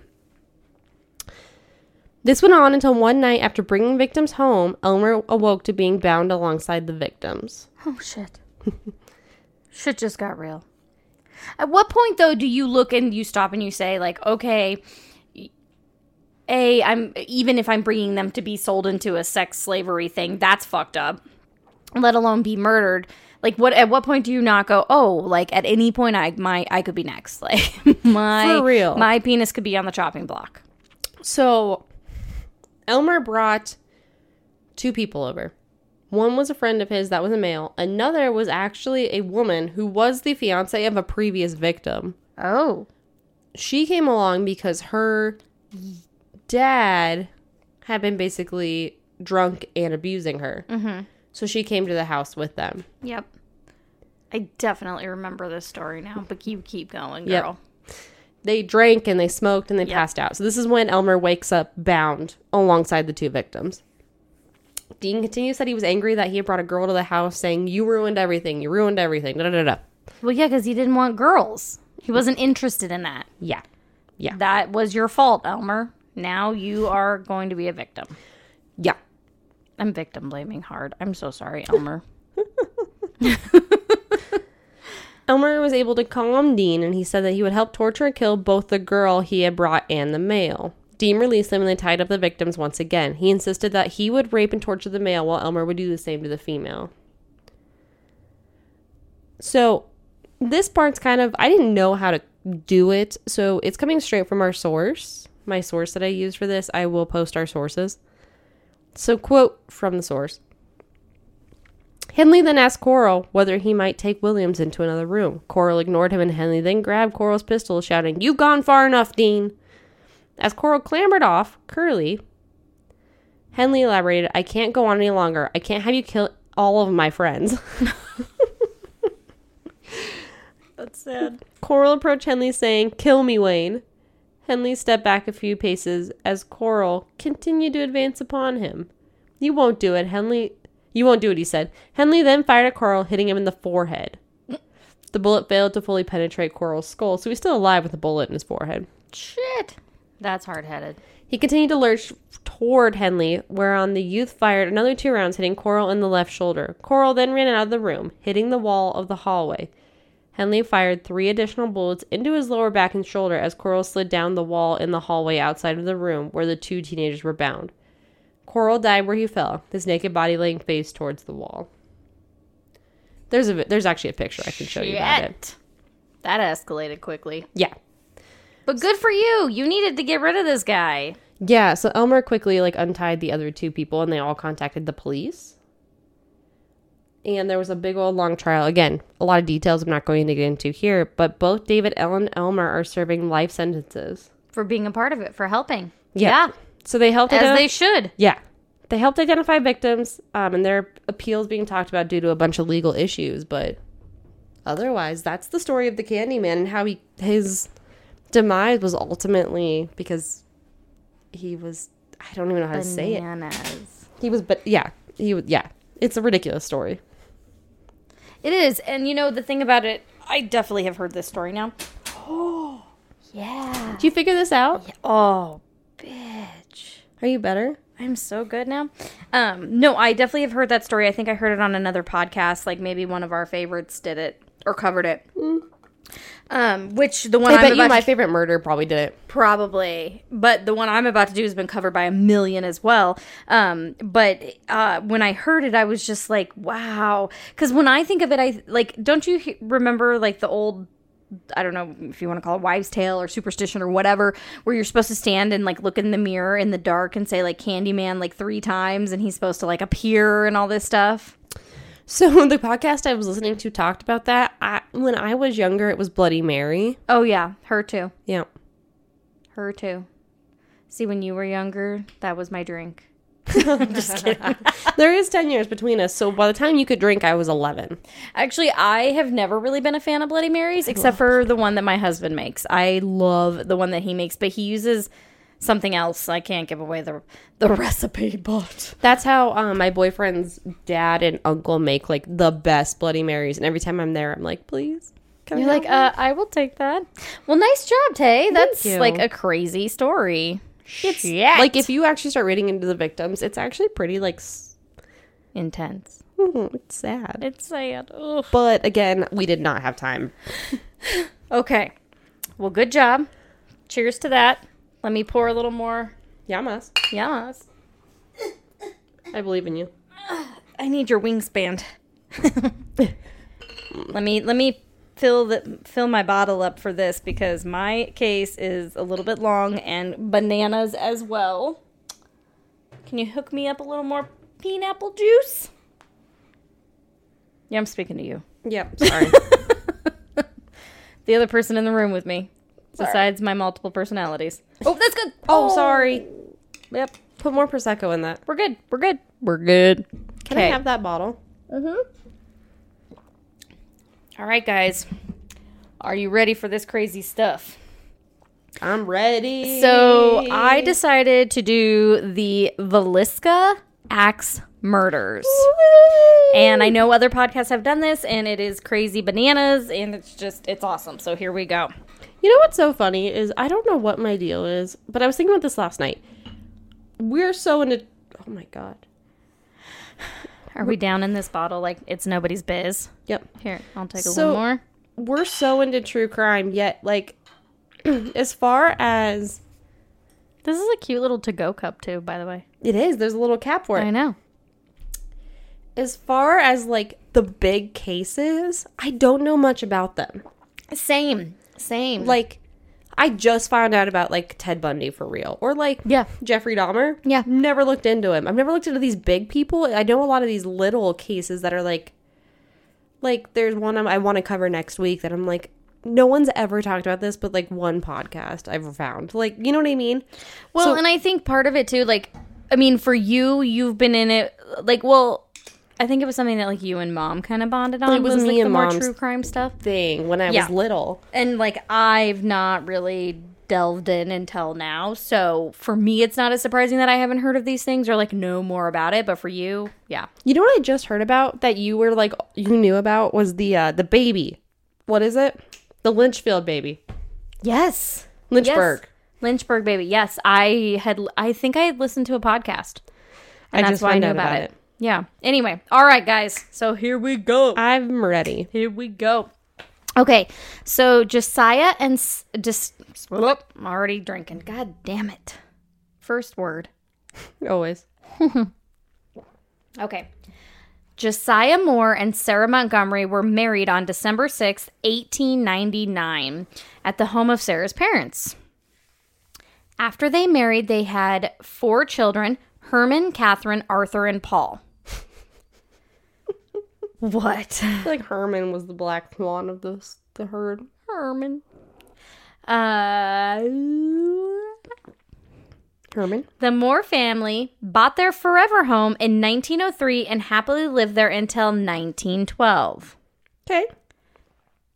Speaker 2: this went on until one night after bringing victims home, Elmer awoke to being bound alongside the victims.
Speaker 3: Oh shit. shit just got real. At what point though do you look and you stop and you say like, okay, a I'm even if I'm bringing them to be sold into a sex slavery thing, that's fucked up. Let alone be murdered. Like what? At what point do you not go? Oh, like at any point, I my I could be next. Like my
Speaker 2: For real.
Speaker 3: my penis could be on the chopping block.
Speaker 2: So Elmer brought two people over. One was a friend of his that was a male. Another was actually a woman who was the fiance of a previous victim.
Speaker 3: Oh.
Speaker 2: she came along because her dad had been basically drunk and abusing her. Mm-hmm. So she came to the house with them.
Speaker 3: Yep. I definitely remember this story now, but you keep going,
Speaker 2: Yep.
Speaker 3: girl.
Speaker 2: They drank and they smoked and they passed out. So this is when Elmer wakes up bound alongside the two victims. Dean continues that he was angry that he had brought a girl to the house saying, You ruined everything. You ruined everything. Da da da da.
Speaker 3: Well, yeah, because he didn't want girls. He wasn't interested in that.
Speaker 2: Yeah.
Speaker 3: That was your fault, Elmer. Now you are going to be a victim.
Speaker 2: Yeah.
Speaker 3: I'm victim blaming hard. I'm so sorry, Elmer.
Speaker 2: Elmer was able to calm Dean and he said that he would help torture and kill both the girl he had brought and the male. Dean released them and they tied up the victims once again. He insisted that he would rape and torture the male while Elmer would do the same to the female. So, this part's kind of, I didn't know how to do it. So, it's coming straight from our source. My source that I use for this, I will post our sources. So, quote from the source Henley then asked Coral whether he might take Williams into another room. Coral ignored him, and Henley then grabbed Coral's pistol, shouting, You've gone far enough, Dean! As Coral clambered off, Curly, Henley elaborated, I can't go on any longer. I can't have you kill all of my friends.
Speaker 3: That's sad.
Speaker 2: Coral approached Henley, saying, Kill me, Wayne. Henley stepped back a few paces as Coral continued to advance upon him. You won't do it, Henley. You won't do it, he said. Henley then fired at Coral, hitting him in the forehead. The bullet failed to fully penetrate Coral's skull, so he's still alive with a bullet in his forehead.
Speaker 3: Shit. That's hard headed.
Speaker 2: He continued to lurch toward Henley, whereon the youth fired another two rounds, hitting Coral in the left shoulder. Coral then ran out of the room, hitting the wall of the hallway. Henley fired three additional bullets into his lower back and shoulder as Coral slid down the wall in the hallway outside of the room where the two teenagers were bound. Coral died where he fell, his naked body laying face towards the wall. There's a vi- there's actually a picture I can show you about it.
Speaker 3: That escalated quickly.
Speaker 2: Yeah.
Speaker 3: But good for you. You needed to get rid of this guy.
Speaker 2: Yeah, so Elmer quickly like untied the other two people and they all contacted the police. And there was a big old long trial. Again, a lot of details I'm not going to get into here, but both David L. and Elmer are serving life sentences.
Speaker 3: For being a part of it, for helping.
Speaker 2: So they helped
Speaker 3: Yeah, as
Speaker 2: identi-
Speaker 3: they should.
Speaker 2: Yeah. They helped identify victims, um, and their appeals being talked about due to a bunch of legal issues, but otherwise that's the story of the Candyman and how he his demise was ultimately because he was I don't even know how to say it.
Speaker 3: Bananas.
Speaker 2: He was, but yeah, he was, yeah. It's a ridiculous story.
Speaker 3: It is. And you know, the thing about it, I definitely have heard this story now. Oh, yeah.
Speaker 2: Did you figure this out?
Speaker 3: Oh, bitch.
Speaker 2: Are you better?
Speaker 3: I'm so good now. Um, no, I definitely have heard that story. I think I heard it on another podcast. Like maybe one of our favorites did it or covered it. Um, which the one
Speaker 2: I
Speaker 3: I'm
Speaker 2: bet
Speaker 3: about
Speaker 2: you my
Speaker 3: to-
Speaker 2: favorite murder probably did it.
Speaker 3: probably, but the one I'm about to do has been covered by a million as well. Um, but uh, when I heard it, I was just like, wow. Because when I think of it, I like. Don't you he- remember like the old I don't know if you want to call it wives' tale or superstition or whatever, where you're supposed to stand and like look in the mirror in the dark and say like Candyman like three times, and he's supposed to like appear and all this stuff.
Speaker 2: So the podcast I was listening to talked about that. I, when I was younger, it was Bloody Mary.
Speaker 3: Oh yeah, her too,
Speaker 2: Yeah.
Speaker 3: her too. See, when you were younger, that was my drink.
Speaker 2: there is 10 years between us. So by the time you could drink, I was 11.
Speaker 3: Actually, I have never really been a fan of Bloody Marys except for the one that my husband makes. I love the one that he makes, but he uses something else. I can't give away the the recipe, but
Speaker 2: That's how um, my boyfriend's dad and uncle make like the best Bloody Marys. And every time I'm there, I'm like, please. Can
Speaker 3: You're like, uh, I will take that. Well, nice job, Tay. That's
Speaker 2: you.
Speaker 3: like a crazy story. It's
Speaker 2: like if you actually start reading into the victims, it's actually pretty like s-
Speaker 3: intense.
Speaker 2: it's sad.
Speaker 3: It's sad. Ugh.
Speaker 2: But again, we did not have time.
Speaker 3: Okay. Well, good job. Cheers to that. Let me pour a little more.
Speaker 2: Yamas.
Speaker 3: Yes.
Speaker 2: I believe in you.
Speaker 3: I need your wingspan. let me let me fill the fill my bottle up for this because my case is a little bit long and bananas as well. Can you hook me up a little more pineapple juice? Yeah, I'm speaking to you.
Speaker 2: Yep. Sorry.
Speaker 3: the other person in the room with me, besides my multiple personalities. Oh, that's good. Oh,
Speaker 2: Oh, sorry.
Speaker 3: Yep.
Speaker 2: Put more prosecco in that.
Speaker 3: We're good. We're good. We're good.
Speaker 2: Can I have that bottle?
Speaker 3: All right, guys. Are you ready for this crazy stuff?
Speaker 2: I'm ready.
Speaker 3: So I decided to do the Velisca Axe Murders. And I know other podcasts have done this, and it is crazy bananas, and it's just, it's awesome. So here we go.
Speaker 2: You know what's so funny is I don't know what my deal is, but I was thinking about this last night. We're so into oh my god.
Speaker 3: Are we down in this bottle like it's nobody's biz?
Speaker 2: Yep.
Speaker 3: Here, I'll take
Speaker 2: So-
Speaker 3: a one more.
Speaker 2: We're so into true crime, yet like as far as
Speaker 3: This is a cute little to go cup, too, by the way.
Speaker 2: it is, there's a little cap for
Speaker 3: I
Speaker 2: it.
Speaker 3: know.
Speaker 2: As far as like the big cases, I don't know much about them.
Speaker 3: Same. Same. Like,
Speaker 2: Like I just found out about like Ted Bundy for real, or like
Speaker 3: Yeah.
Speaker 2: Jeffrey Dahmer.
Speaker 3: Yeah.
Speaker 2: never looked into him. I've never looked into these big people. I know a lot of these little cases that are like, like there's one I'm, I want to cover next week that I'm like, no one's ever talked about this, but like one podcast I've found. Like, you know what I mean?
Speaker 3: well,
Speaker 2: so-
Speaker 3: and I think part of it, too, like, I mean, for you, you've been in it, like, well, I think it was something that, like, you and mom kind of bonded on.
Speaker 2: It was me
Speaker 3: like,
Speaker 2: and
Speaker 3: the more
Speaker 2: Mom's-
Speaker 3: true crime stuff.
Speaker 2: Thing when I
Speaker 3: Yeah.
Speaker 2: was little,
Speaker 3: and like I've not really delved in until now. So for me, it's not as surprising that I haven't heard of these things or like know more about it. But for you, yeah.
Speaker 2: you know what I just heard about that you were like you knew about was the uh the baby. What is it? The Lynchfield baby,
Speaker 3: Yes.
Speaker 2: Lynchburg.
Speaker 3: Lynchburg baby. Yes, I had. I think I had listened to a podcast, and
Speaker 2: I
Speaker 3: that's
Speaker 2: just
Speaker 3: why I
Speaker 2: found
Speaker 3: knew
Speaker 2: out
Speaker 3: about,
Speaker 2: about
Speaker 3: it.
Speaker 2: it.
Speaker 3: Yeah. Anyway, all right, guys. So here we go.
Speaker 2: I'm ready.
Speaker 3: Here we go. Okay, so Josiah and S- just I'm already drinking. God damn it! First word.
Speaker 2: Always.
Speaker 3: Okay. Josiah Moore and Sarah Montgomery were married on December sixth, 1899, at the home of Sarah's parents. After they married, they had four children Herman, Catherine, Arthur, and Paul. what?
Speaker 2: I feel like Herman was the black swan of the the herd.
Speaker 3: Herman. Uh.
Speaker 2: Herman.
Speaker 3: The Moore family bought their forever home in 1903 and happily lived there until 1912.
Speaker 2: Okay.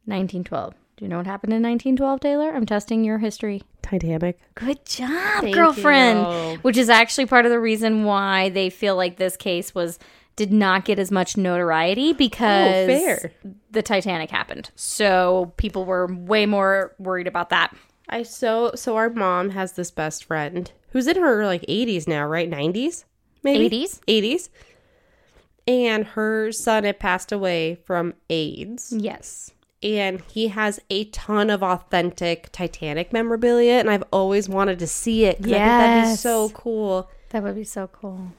Speaker 3: 1912. Do you know what happened in 1912, Taylor? I'm testing your history.
Speaker 2: Titanic.
Speaker 3: Good job, girlfriend.
Speaker 2: you.
Speaker 3: Which is actually part of the reason why they feel like this case was did not get as much notoriety because
Speaker 2: Oh, fair.
Speaker 3: the Titanic happened. So people were way more worried about that.
Speaker 2: I so so our mom has this best friend who's in her like 80s now, right? 90s? Maybe.
Speaker 3: 80s?
Speaker 2: 80s. And her son had passed away from AIDS.
Speaker 3: Yes.
Speaker 2: And he has a ton of authentic Titanic memorabilia. And I've always wanted to see it. 'cause I think that'd be
Speaker 3: Yes.
Speaker 2: so cool.
Speaker 3: That would be so cool.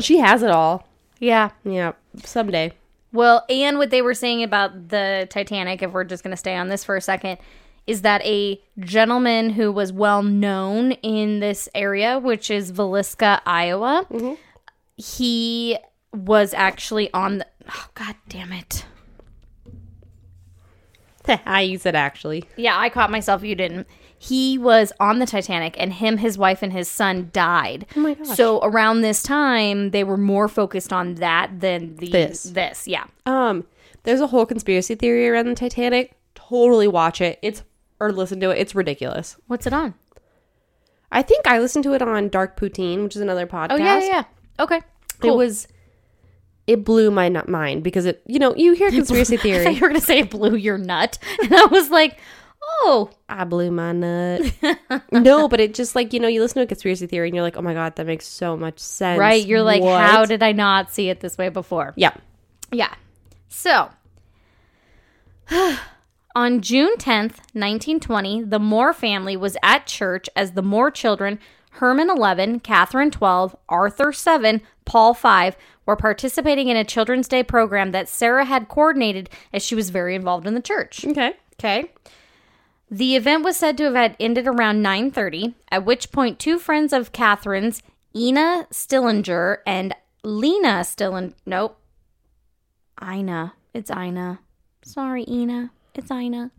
Speaker 2: She has it all.
Speaker 3: Yeah.
Speaker 2: Yeah. Someday.
Speaker 3: Well, and what they were saying about the Titanic, if we're just going to stay on this for a second, is that a gentleman who was well known in this area, which is Villisca, Iowa,
Speaker 2: Mm-hmm.
Speaker 3: he was actually on the. Oh, God damn it.
Speaker 2: I use it actually.
Speaker 3: Yeah, I caught myself. You didn't. He was on the Titanic, and him, his wife, and his son died. Oh
Speaker 2: my gosh.
Speaker 3: So around this time, they were more focused on that than the
Speaker 2: This.
Speaker 3: This, yeah.
Speaker 2: Um, there's a whole conspiracy theory around the Titanic. Totally watch it. It's or listen to it. It's ridiculous.
Speaker 3: What's it on?
Speaker 2: I think I listened to it on Dark Poutine, which is another podcast.
Speaker 3: Oh yeah, yeah, yeah. Okay.
Speaker 2: It was it blew my nut mind because it you know, you hear conspiracy
Speaker 3: I thought
Speaker 2: theory.
Speaker 3: you were gonna say it blew your nut, and I was like, oh,
Speaker 2: I blew my nut. no, but it just like, you know, you listen to a conspiracy theory and you're like, Oh my god, that makes so much sense.
Speaker 3: right. You're like,
Speaker 2: What?
Speaker 3: how did I not see it this way before?
Speaker 2: Yeah.
Speaker 3: Yeah. So, on June 10th, 1920, the Moore family was at church as the Moore children, Herman 11, Catherine 12, Arthur 7, Paul 5, were participating in a Children's Day program that Sarah had coordinated as she was very involved in the church.
Speaker 2: Okay.
Speaker 3: Okay. The event was said to have had ended around 9:30, at which point two friends of Catherine's, Ina Stillinger and Lena Stillinger, nope. Ina. It's Ina. Sorry, Ina. It's Ina.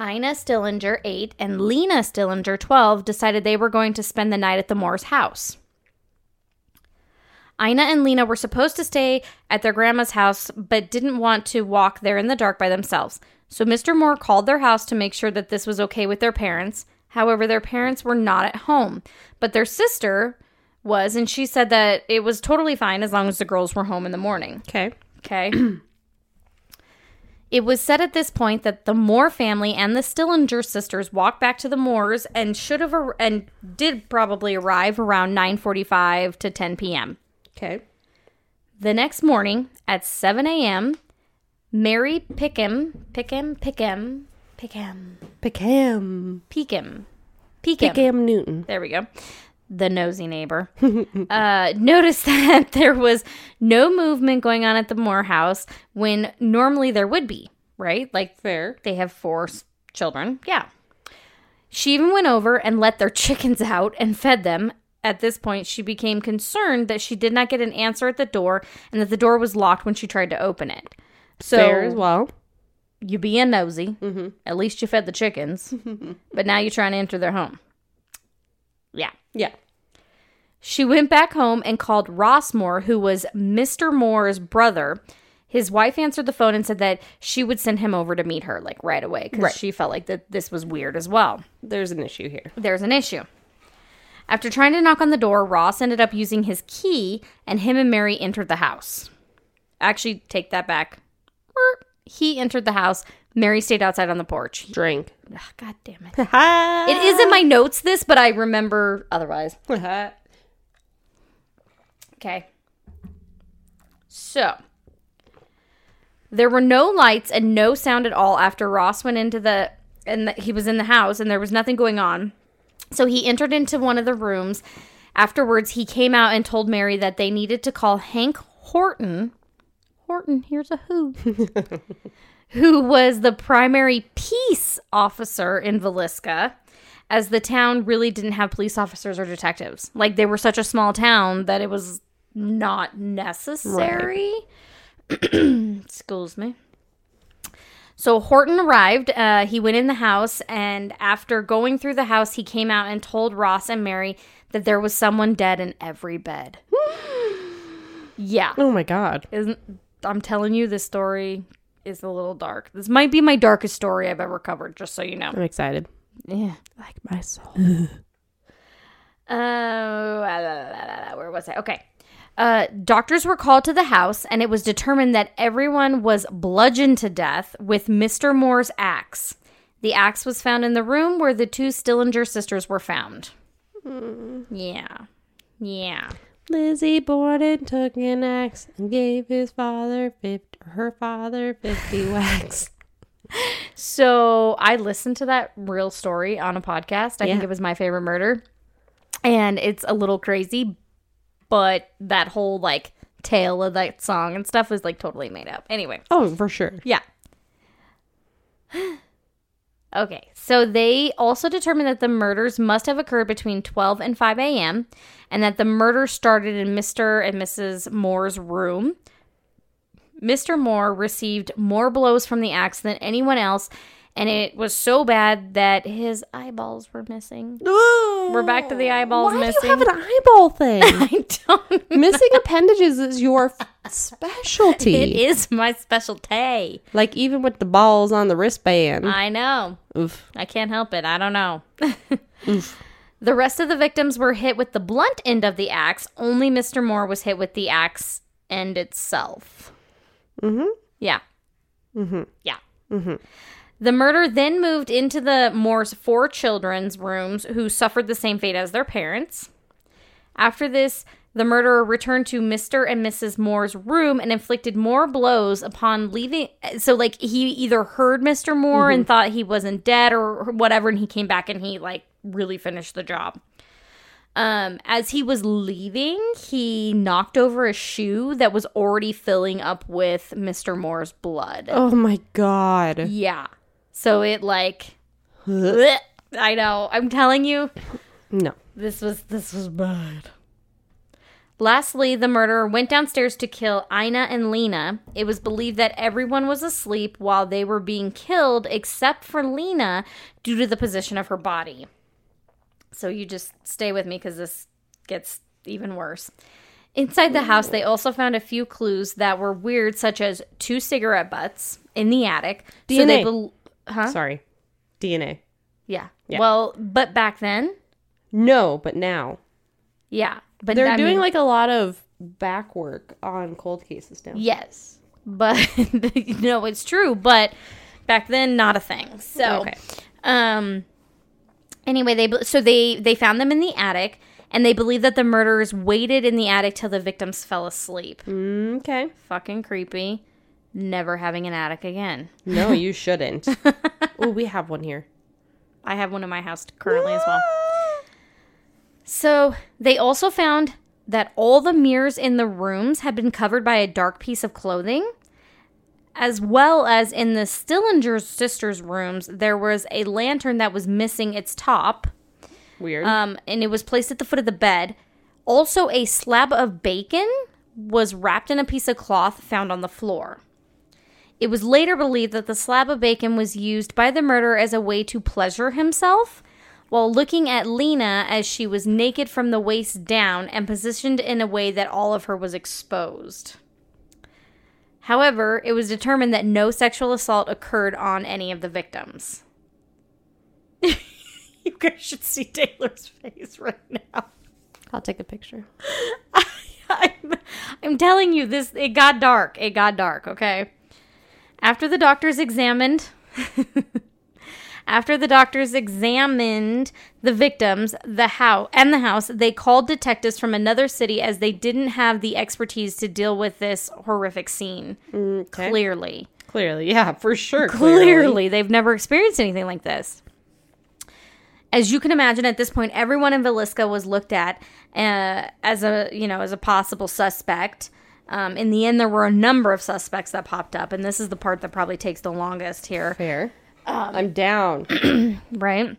Speaker 3: Ina Stillinger, 8, and Lena Stillinger, 12, decided they were going to spend the night at the Moore's house. Ina and Lena were supposed to stay at their grandma's house, but didn't want to walk there in the dark by themselves. So Mr. Moore called their house to make sure that this was okay with their parents. However, their parents were not at home, but their sister was, and she said that it was totally fine as long as the girls were home in the morning.
Speaker 2: Okay.
Speaker 3: Okay. it was said at this point that the Moore family and the Stillinger sisters walked back to the Moors and should have ar- and did probably arrive around 9:45 to 10 p.m.
Speaker 2: Okay.
Speaker 3: The next morning at 7 a.m., Mary Pickham, Pickham, Pickham, Pickham,
Speaker 2: Peckham.
Speaker 3: Peckham, Peckham.
Speaker 2: Peckham Newton.
Speaker 3: There we go. The nosy neighbor uh, noticed that there was no movement going on at the Moore house when normally there would be, right? Like
Speaker 2: Fair.
Speaker 3: they have four s- children. Yeah. She even went over and let their chickens out and fed them. At this point, she became concerned that she did not get an answer at the door and that the door was locked when she tried to open it. So
Speaker 2: Fair as mm-hmm. well.
Speaker 3: you being nosy. At least you fed the chickens, but now you're trying to enter their home. Yeah.
Speaker 2: Yeah.
Speaker 3: She went back home and called Ross Moore, who was Mr. Moore's brother. His wife answered the phone and said that she would send him over to meet her, like right away, because she felt like that this was weird as well.
Speaker 2: There's an issue here.
Speaker 3: There's an issue. After trying to knock on the door, Ross ended up using his key, and him and Mary entered the house. Actually, take that back. Erp. He entered the house. Mary stayed outside on the porch.
Speaker 2: Drink.
Speaker 3: Ugh, God damn Ah, it.
Speaker 2: Ha
Speaker 3: It is in my notes, this, but I remember otherwise.
Speaker 2: ha.
Speaker 3: Okay. So there were no lights and no sound at all after Ross went into the and the, he was in the house and there was nothing going on. So he entered into one of the rooms. Afterwards, he came out and told Mary that they needed to call Hank Horton. Horton, here's a who. who was the primary peace officer in Villisca, as the town really didn't have police officers or detectives. Like they were such a small town that it was not necessary. Excuse me. So Horton arrived. Uh, he went in the house, and after going through the house, he came out and told Ross and Mary that there was someone dead in every bed. yeah.
Speaker 2: Oh my god.
Speaker 3: Isn't I'm telling you this story is a little dark. This might be my darkest story I've ever covered, just so you know.
Speaker 2: I'm excited.
Speaker 3: Yeah.
Speaker 2: Like my soul.
Speaker 3: Uh, la, la, la, la, where was I? Okay. Uh, doctors were called to the house, and it was determined that everyone was bludgeoned to death with Mr. Moore's axe. The axe was found in the room where the two Stillinger sisters were found. Yeah. Yeah.
Speaker 2: Lizzie Borden took an axe and gave his father fifty, her father fifty whacks.
Speaker 3: So I listened to that real story on a podcast. I think
Speaker 2: Yeah.
Speaker 3: it was my favorite murder. And it's a little crazy, but that whole like tale of that song and stuff was like totally made up. Anyway.
Speaker 2: Oh, for sure.
Speaker 3: Yeah. okay. So they also determined that the murders must have occurred between 12 and 5 a.m. and that the murder started in Mr. and Mrs. Moore's room. Mr. Moore received more blows from the axe than anyone else, and it was so bad that his eyeballs were missing. We're back to the eyeballs
Speaker 2: Why
Speaker 3: missing.
Speaker 2: do you have an eyeball thing?
Speaker 3: I don't.
Speaker 2: Missing appendages is your f- specialty.
Speaker 3: It is my specialty.
Speaker 2: Like even with the balls on the wristband.
Speaker 3: I know.
Speaker 2: Oof.
Speaker 3: I can't help it. I don't know. the rest of the victims were hit with the blunt end of the axe. Only Mr. Moore was hit with the axe end itself. Mm-hmm. Yeah. Mm-hmm. Yeah. Mm-hmm. The murder then moved into the Moore's four children's rooms, who suffered the same fate as their parents. After this, the murderer returned to Mr. and Mrs. Moore's room and inflicted more blows upon leaving. So, like, he either heard Mr. Moore and thought he wasn't dead or whatever, and he came back and he, like, really finished the job. Um, as he was leaving, he knocked over a shoe that was already filling up with Mr. Moore's blood.
Speaker 2: Oh my god.
Speaker 3: Yeah. So it, like, bleh. I know. I'm telling you,
Speaker 2: No.
Speaker 3: this was this was bad. Lastly, the murderer went downstairs to kill Ina and Lena. It was believed that everyone was asleep while they were being killed, except for Lena, due to the position of her body. So you just stay with me because this gets even worse. Inside the house, they also found a few clues that were weird, such as two cigarette butts in the attic. So they
Speaker 2: DNA.
Speaker 3: bel- huh?
Speaker 2: Sorry. DNA.
Speaker 3: Yeah.
Speaker 2: Yeah.
Speaker 3: Well, but back then,
Speaker 2: No, but now.
Speaker 3: yeah. But
Speaker 2: They're
Speaker 3: I
Speaker 2: doing
Speaker 3: mean-
Speaker 2: like a lot of back work on cold cases now.
Speaker 3: Yes. But no, it's true, but back then not a thing. So
Speaker 2: Okay.
Speaker 3: um anyway, they so they they found them in the attic and they believe that the murderers waited in the attic till the victims fell asleep.
Speaker 2: Mm. Okay.
Speaker 3: Fucking creepy. Never having an attic again.
Speaker 2: No, you shouldn't. oh, we have one here.
Speaker 3: I have one in my house currently as well. So they also found that all the mirrors in the rooms had been covered by a dark piece of clothing, as well as in the Stillinger sisters' rooms, there was a lantern that was missing its top,
Speaker 2: Weird.
Speaker 3: um, and it was placed at the foot of the bed. Also, a slab of bacon was wrapped in a piece of cloth found on the floor. It was later believed that the slab of bacon was used by the murderer as a way to pleasure himself while looking at Lena as she was naked from the waist down and positioned in a way that all of her was exposed. However, it was determined that no sexual assault occurred on any of the victims. you guys should see Taylor's face right now.
Speaker 2: I'll take a picture.
Speaker 3: I'm, I'm telling you, this it got dark. It got dark. Okay. After the doctors examined, after the doctors examined the victims, the house and the house, they called detectives from another city as they didn't have the expertise to deal with this horrific scene. Clearly
Speaker 2: Clearly, yeah, for sure.
Speaker 3: clearly. they've never experienced anything like this. As you can imagine, at this point, everyone in Villisca was looked at uh, as a you know as a possible suspect. Um, in the end, there were a number of suspects that popped up, and this is the part that probably takes the longest here,
Speaker 2: Fair. I'm down.
Speaker 3: right?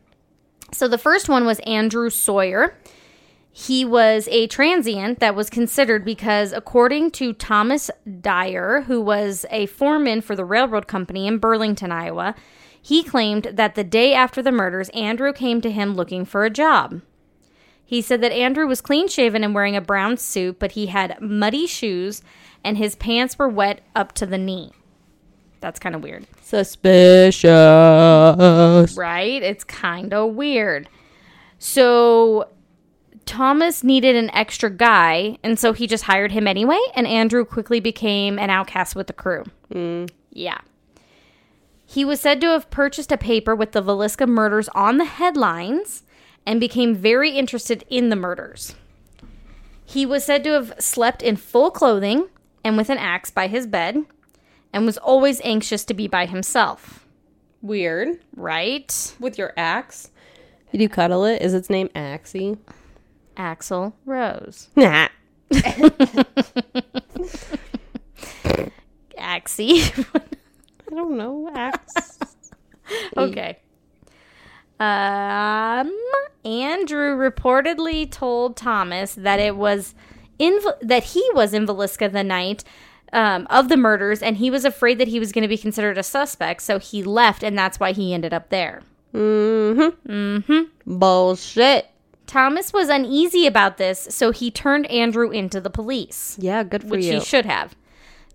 Speaker 3: So the first one was Andrew Sawyer. He was a transient that was considered because, according to Thomas Dyer, who was a foreman for the railroad company in Burlington, Iowa, he claimed that the day after the murders, Andrew came to him looking for a job. He said that Andrew was clean shaven and wearing a brown suit, but he had muddy shoes and his pants were wet up to the knee. That's kind of weird.
Speaker 2: Suspicious.
Speaker 3: Right? It's kind of weird. So Thomas needed an extra guy, and so he just hired him anyway, and Andrew quickly became an outcast with the crew. Yeah. He was said to have purchased a paper with the Velisca murders on the headlines and became very interested in the murders. He was said to have slept in full clothing and with an axe by his bed and was always anxious to be by himself,
Speaker 2: Weird.
Speaker 3: right?
Speaker 2: With your axe. Did you cuddle it? Is its name Axie?
Speaker 3: Axel Rose.
Speaker 2: Nah.
Speaker 3: Axie.
Speaker 2: I don't know. Axe.
Speaker 3: okay. Um, Andrew reportedly told Thomas that it was in that he was in Velisca the night um, of the murders, and he was afraid that he was going to be considered a suspect, so he left, and that's why he ended up there.
Speaker 2: Bullshit.
Speaker 3: Thomas was uneasy about this, so he turned Andrew into the police.
Speaker 2: Yeah, good for
Speaker 3: which
Speaker 2: you.
Speaker 3: he should have.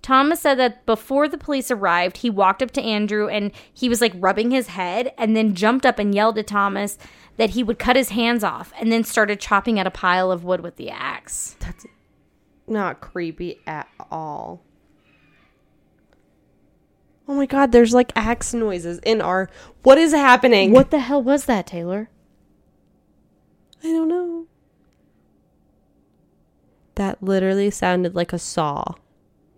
Speaker 3: Thomas said that before the police arrived, he walked up to Andrew and he was like rubbing his head and then jumped up and yelled at Thomas that he would cut his hands off and then started chopping at a pile of wood with the axe.
Speaker 2: Not creepy at all. Oh my god, there's like axe noises in our. What is happening?
Speaker 3: the hell was that, Taylor?
Speaker 2: I don't know. That literally sounded like a saw.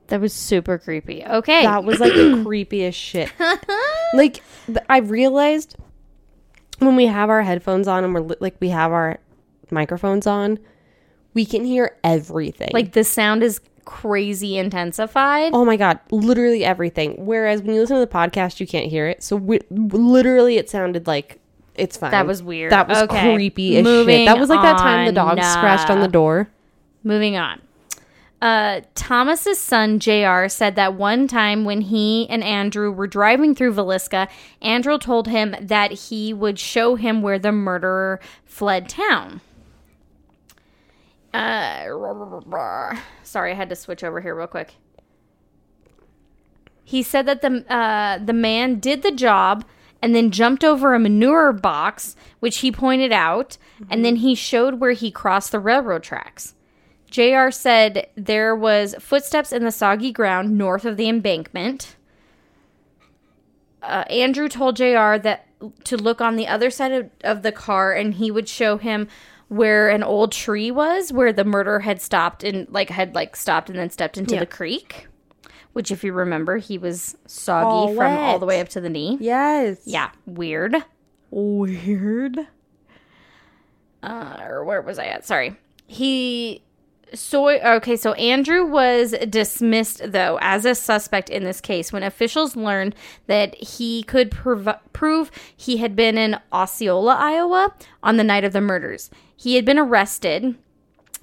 Speaker 3: That was super creepy. Okay.
Speaker 2: That was like the creepiest shit. Like th- I realized when we have our headphones on and we're li- like we have our microphones on, we can hear everything.
Speaker 3: like the sound is crazy intensified.
Speaker 2: oh my god, literally everything. Whereas when you listen to the podcast, you can't hear it. So we- literally, it sounded like it's fine.
Speaker 3: That was weird.
Speaker 2: That was
Speaker 3: Okay.
Speaker 2: creepy as shit.
Speaker 3: Moving
Speaker 2: That was like that time the dog
Speaker 3: on
Speaker 2: scratched on the
Speaker 3: up.
Speaker 2: door.
Speaker 3: Moving on. Uh, Thomas's son Jr. said that one time when he and Andrew were driving through Villisca, Andrew told him that he would show him where the murderer fled town. Uh, sorry, I had to switch over here real quick. He said that the uh, the man did the job and then jumped over a manure box, which he pointed out, and then he showed where he crossed the railroad tracks. JR said there was footsteps in the soggy ground north of the embankment. Uh, Andrew told JR that to look on the other side of, of the car and he would show him where an old tree was where the murderer had stopped and like had like stopped and then stepped into
Speaker 2: Yeah.
Speaker 3: the creek which if you remember he was soggy
Speaker 2: All
Speaker 3: from all the
Speaker 2: wet.
Speaker 3: way up to the knee
Speaker 2: Yes.
Speaker 3: yeah, weird. Weird. Uh, or where was I at? Sorry. He soy okay, so Andrew was dismissed though as a suspect in this case when officials learned that he could prov- prove he had been in Osceola, Iowa on the night of the murders. He had been arrested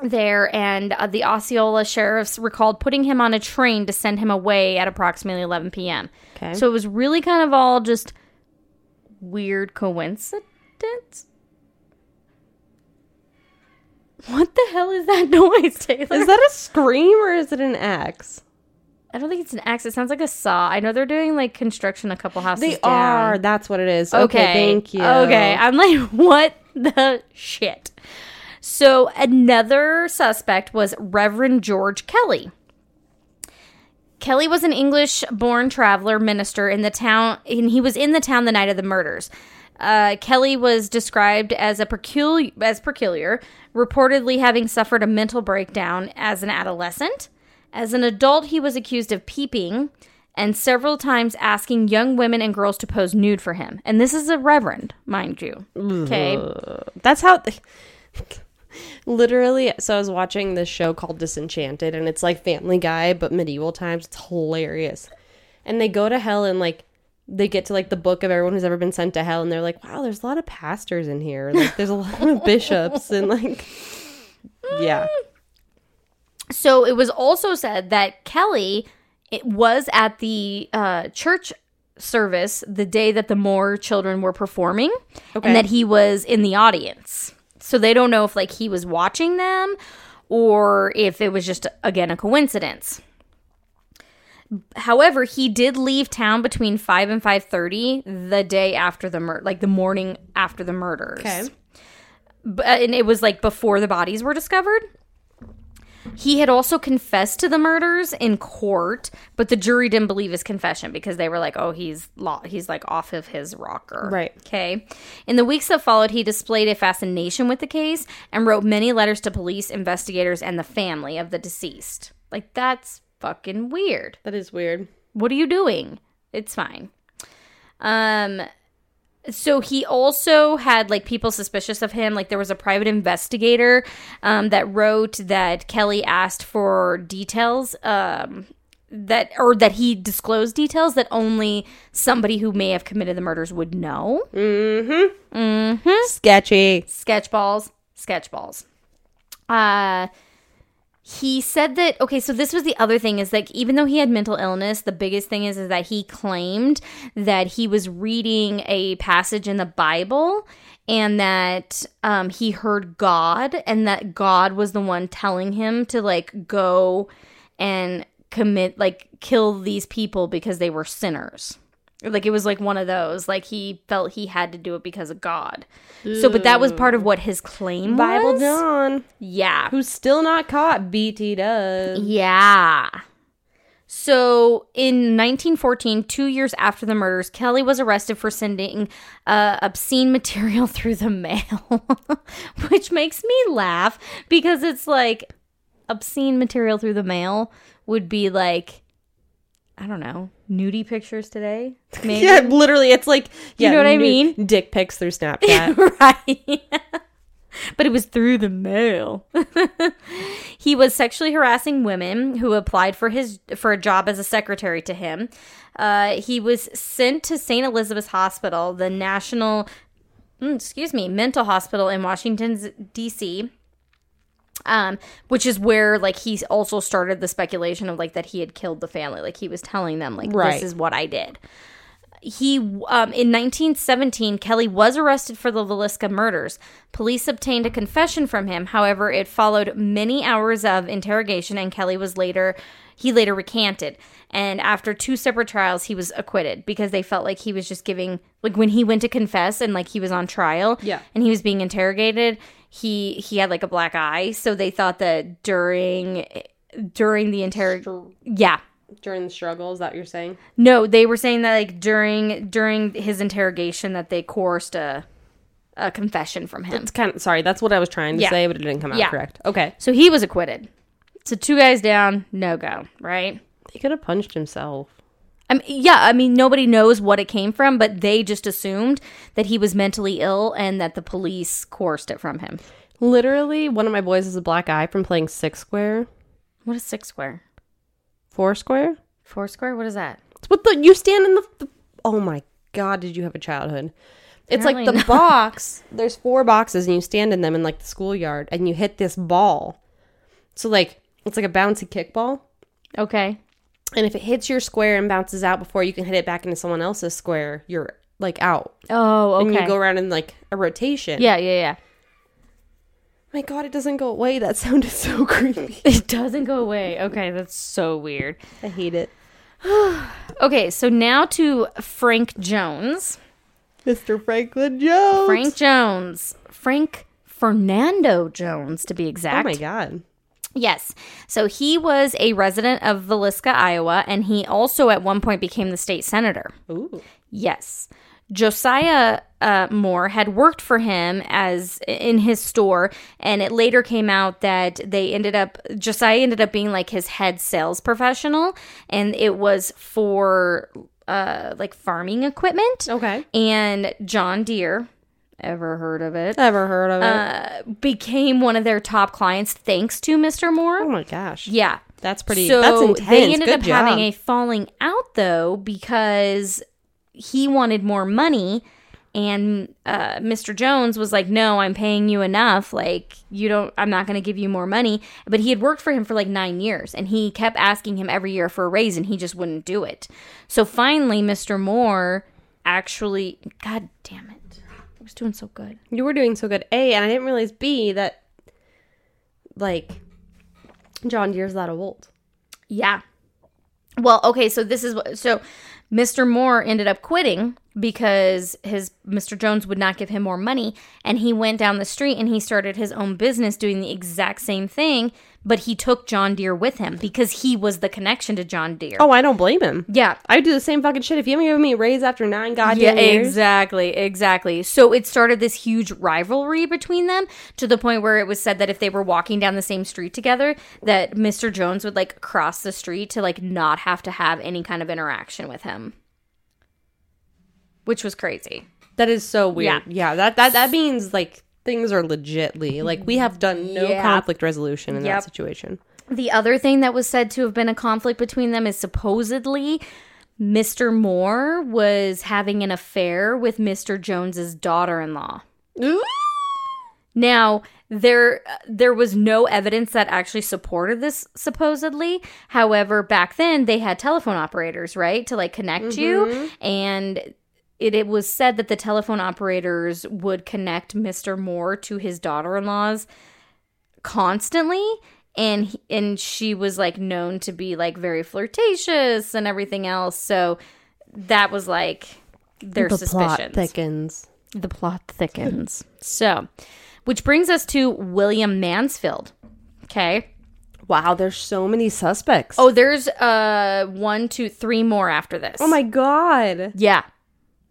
Speaker 3: there and uh, the Osceola sheriffs recalled putting him on a train to send him away at approximately 11 p.m.
Speaker 2: Okay.
Speaker 3: So it was really kind of all just weird coincidence. What the hell is that noise, Taylor?
Speaker 2: Is that a scream or is it an axe?
Speaker 3: I don't think it's an axe. It sounds like a saw. I know they're doing like construction a couple houses
Speaker 2: They
Speaker 3: down.
Speaker 2: are. That's what it is. Okay. Thank you.
Speaker 3: Okay. I'm like, what the shit? So another suspect was Reverend George Kelly. Kelly was an English born traveler minister in the town, and he was in the town the night of the murders. Uh, Kelly was described as a peculiar, as peculiar, reportedly having suffered a mental breakdown as an adolescent. As an adult, he was accused of peeping and several times asking young women and girls to pose nude for him. And this is a reverend, mind you. Okay.
Speaker 2: That's how. Literally, so I was watching this show called Disenchanted, and it's like Family Guy, but medieval times. It's hilarious. And they go to hell, and like they get to like the book of everyone who's ever been sent to hell, and they're like, wow, there's a lot of pastors in here. Like, there's a lot of bishops, and like, yeah.
Speaker 3: So it was also said that Kelly it was at the uh, church service the day that the Moore children were performing,
Speaker 2: Okay.
Speaker 3: and that he was in the audience. So they don't know if like he was watching them or if it was just again a coincidence. However, he did leave town between 5 and 5:30 the day after the murder, like the morning after the murders b- uh, and it was like before the bodies were discovered. He had also confessed to the murders in court, but the jury didn't believe his confession because they were like, "Oh, he's lo- he's like off of his rocker."
Speaker 2: Right.
Speaker 3: Okay. In the weeks that followed, he displayed a fascination with the case and wrote many letters to police investigators and the family of the deceased. Like that's fucking weird.
Speaker 2: That is weird.
Speaker 3: What are you doing? It's fine. Um so he also had like people suspicious of him. Like there was a private investigator um, that wrote that Kelly asked for details um, that or that he disclosed details that only somebody who may have committed the murders would know.
Speaker 2: Sketchy.
Speaker 3: Sketchballs, sketchballs. Uh he said that okay, so this was the other thing is like even though he had mental illness, the biggest thing is is that he claimed that he was reading a passage in the Bible and that um he heard God and that God was the one telling him to like go and commit like kill these people because they were sinners. Like it was like one of those like he felt he had to do it because of God. So but that was part of what his claim
Speaker 2: Bible
Speaker 3: was.
Speaker 2: John,
Speaker 3: Yeah.
Speaker 2: who's still not caught. BT does.
Speaker 3: Yeah. So in 1914, two years after the murders, Kelly was arrested for sending uh, obscene material through the mail, which makes me laugh because it's like obscene material through the mail would be like, I don't know, nudie pictures today? Maybe.
Speaker 2: Yeah, literally, it's like yeah,
Speaker 3: know what I
Speaker 2: nude
Speaker 3: mean?
Speaker 2: Dick pics through Snapchat.
Speaker 3: right. but it was through the mail. he was sexually harassing women who applied for his for a job as a secretary to him. Uh, he was sent to St. Elizabeth's Hospital, the national, mm, excuse me, mental hospital in Washington D.C. um, which is where like he also started the speculation of like that he had killed the family. Like he was telling them like
Speaker 2: Right.
Speaker 3: this is what I did. He um, in 1917, Kelly was arrested for the Velisca murders. Police obtained a confession from him. However, it followed many hours of interrogation, and Kelly was later he later recanted. And after two separate trials, he was acquitted because they felt like he was just giving like when he went to confess and like he was on trial,
Speaker 2: Yeah.
Speaker 3: and he was being interrogated. He he had like a black eye, so they thought that during during the interrog yeah
Speaker 2: During the struggle, is that what you're saying?
Speaker 3: no, they were saying that like during during his interrogation that they coerced a a confession from him.
Speaker 2: It's kind of sorry. That's what I was trying to
Speaker 3: Yeah.
Speaker 2: say, but it didn't come out
Speaker 3: Yeah.
Speaker 2: correct. Okay,
Speaker 3: So he was acquitted. So two guys down, no go, right?
Speaker 2: he could have punched himself.
Speaker 3: I mean, yeah, I mean nobody knows what it came from, but they just assumed that he was mentally ill and that the police coerced it from him.
Speaker 2: Literally, one of my boys has a black eye from playing six square,
Speaker 3: What is six square?
Speaker 2: four square.
Speaker 3: Four square? What is that?
Speaker 2: It's what the you stand in the, the. Oh my god! Did you have a childhood? It's like the
Speaker 3: Apparently not.
Speaker 2: box. There's four boxes, and you stand in them in like the schoolyard, and you hit this ball. So like it's like a bouncy kickball,
Speaker 3: Okay.
Speaker 2: and if it hits your square and bounces out before you can hit it back into someone else's square, you're like out,
Speaker 3: Oh, okay.
Speaker 2: and you go around in like a rotation.
Speaker 3: yeah, yeah, yeah.
Speaker 2: My God, it doesn't go away. That sounded so creepy.
Speaker 3: It doesn't go away. Okay, that's so weird.
Speaker 2: I hate it.
Speaker 3: Okay, so now to Frank Jones.
Speaker 2: Mr. Franklin Jones.
Speaker 3: Frank Jones. Frank Fernando Jones, to be
Speaker 2: Oh
Speaker 3: exact.
Speaker 2: my God.
Speaker 3: Yes. So he was a resident of Villisca, Iowa, and he also at one point became the state senator.
Speaker 2: Ooh.
Speaker 3: Yes. Josiah uh, Moore had worked for him as in his store, and it later came out that they ended up Josiah ended up being like his head sales professional, and it was for uh, like farming equipment.
Speaker 2: Okay.
Speaker 3: And John Deere, ever heard of it?
Speaker 2: Never heard of it.
Speaker 3: Uh, became one of their top clients thanks to Mr.
Speaker 2: oh
Speaker 3: Moore.
Speaker 2: my gosh.
Speaker 3: Yeah.
Speaker 2: That's pretty.
Speaker 3: So
Speaker 2: that's intense.
Speaker 3: they ended
Speaker 2: Good
Speaker 3: up
Speaker 2: job.
Speaker 3: having a falling out though because he wanted more money and uh, Mr. Jones was like, "No, I'm paying you enough. Like, you don't. I'm not going to give you more money." But he had worked for him for like nine years, and he kept asking him every year for a raise, and he just wouldn't do it. So finally, Mr. Moore actually, God damn it, I was doing so good.
Speaker 2: You were doing so good. A, and I didn't realize B that like John Deere's that old.
Speaker 3: Yeah. Well, okay, so this is what so Mr. Moore ended up quitting because his Mr. Jones would not give him more money and he went down the street and he started his own business doing the exact same thing, but he took John Deere with him because he was the connection to John Deere.
Speaker 2: Oh, I don't blame him.
Speaker 3: Yeah.
Speaker 2: I would do the same fucking shit. If you haven't given me a raise after nine
Speaker 3: Yeah,
Speaker 2: goddamn years,
Speaker 3: exactly, exactly. So it started this huge rivalry between them to the point where it was said that if they were walking down the same street together, that Mr. Jones would like cross the street to like not have to have any kind of interaction with him. Which was crazy.
Speaker 2: that is so weird. Yeah. that that that means like things are legitly like we have done no
Speaker 3: Yeah.
Speaker 2: conflict resolution in
Speaker 3: Yep.
Speaker 2: that situation.
Speaker 3: The other thing that was said to have been a conflict between them is supposedly Mr. Moore was having an affair with Mr. Jones's daughter-in-law. Now, there there was no evidence that actually supported this supposedly. However, back then they had telephone operators, right, to like connect you and it, it was said that the telephone operators would connect Mr. Moore to his daughter-in-law's constantly and he- and she was like known to be like very flirtatious and everything else. So that was like their suspicions
Speaker 2: thickens.
Speaker 3: the plot thickens. so, which brings us to William Mansfield. Okay.
Speaker 2: Wow, there's so many suspects.
Speaker 3: Oh, there's uh one, two, three more after this.
Speaker 2: Oh my god.
Speaker 3: Yeah,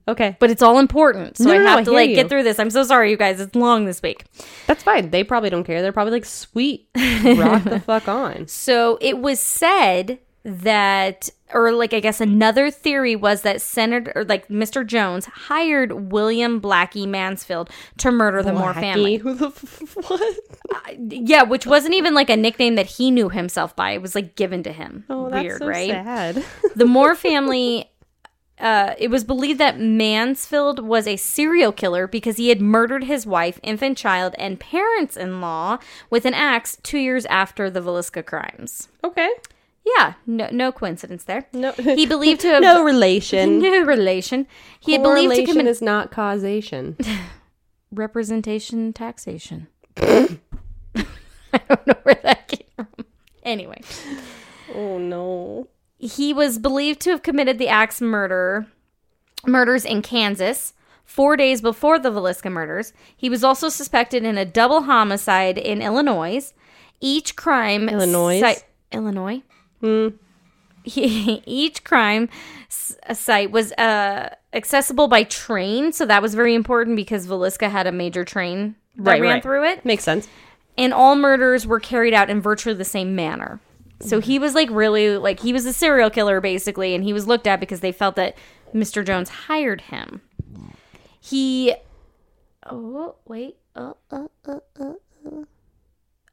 Speaker 2: Okay,
Speaker 3: but it's all important, so
Speaker 2: No,
Speaker 3: I
Speaker 2: no, no,
Speaker 3: have
Speaker 2: I
Speaker 3: to
Speaker 2: hear
Speaker 3: like
Speaker 2: you.
Speaker 3: get through this. I'm so sorry, you guys. It's long this week.
Speaker 2: that's fine. They probably don't care. They're probably like, sweet, rock the fuck on.
Speaker 3: So it was said that, or like I guess another theory was that Senator, or like Mr. Jones, hired William Blackie Mansfield to murder the Moore family.
Speaker 2: Who the f- what?
Speaker 3: Yeah, which wasn't even like a nickname that he knew himself by. It was like given to him.
Speaker 2: Oh, that's so sad.
Speaker 3: The Moore family uh, it was believed that Mansfield was a serial killer because he had murdered his wife, infant child, and parents in law with an axe two years after the Velisca crimes.
Speaker 2: Okay.
Speaker 3: Yeah, no, no coincidence there.
Speaker 2: No.
Speaker 3: He believed to have
Speaker 2: No relation.
Speaker 3: No relation. He had believed to
Speaker 2: Correlation
Speaker 3: commit
Speaker 2: is not causation.
Speaker 3: representation taxation. I don't know where that came from. Anyway,
Speaker 2: oh no.
Speaker 3: he was believed to have committed the axe murder murders in Kansas four days before the Velisca murders. He was also suspected in a double homicide in Illinois. Each crime,
Speaker 2: Illinois? Hmm.
Speaker 3: cite- Illinois. He, each crime s- site was uh, accessible by train, so that was very important because Velisca had a major train that
Speaker 2: Right,
Speaker 3: ran
Speaker 2: right.
Speaker 3: through it
Speaker 2: Makes sense.
Speaker 3: and all murders were carried out in virtually the same manner. So he was like really like he was a serial killer basically, and he was looked at because they felt that Mr. Jones hired him. He, oh wait, oh oh oh oh oh.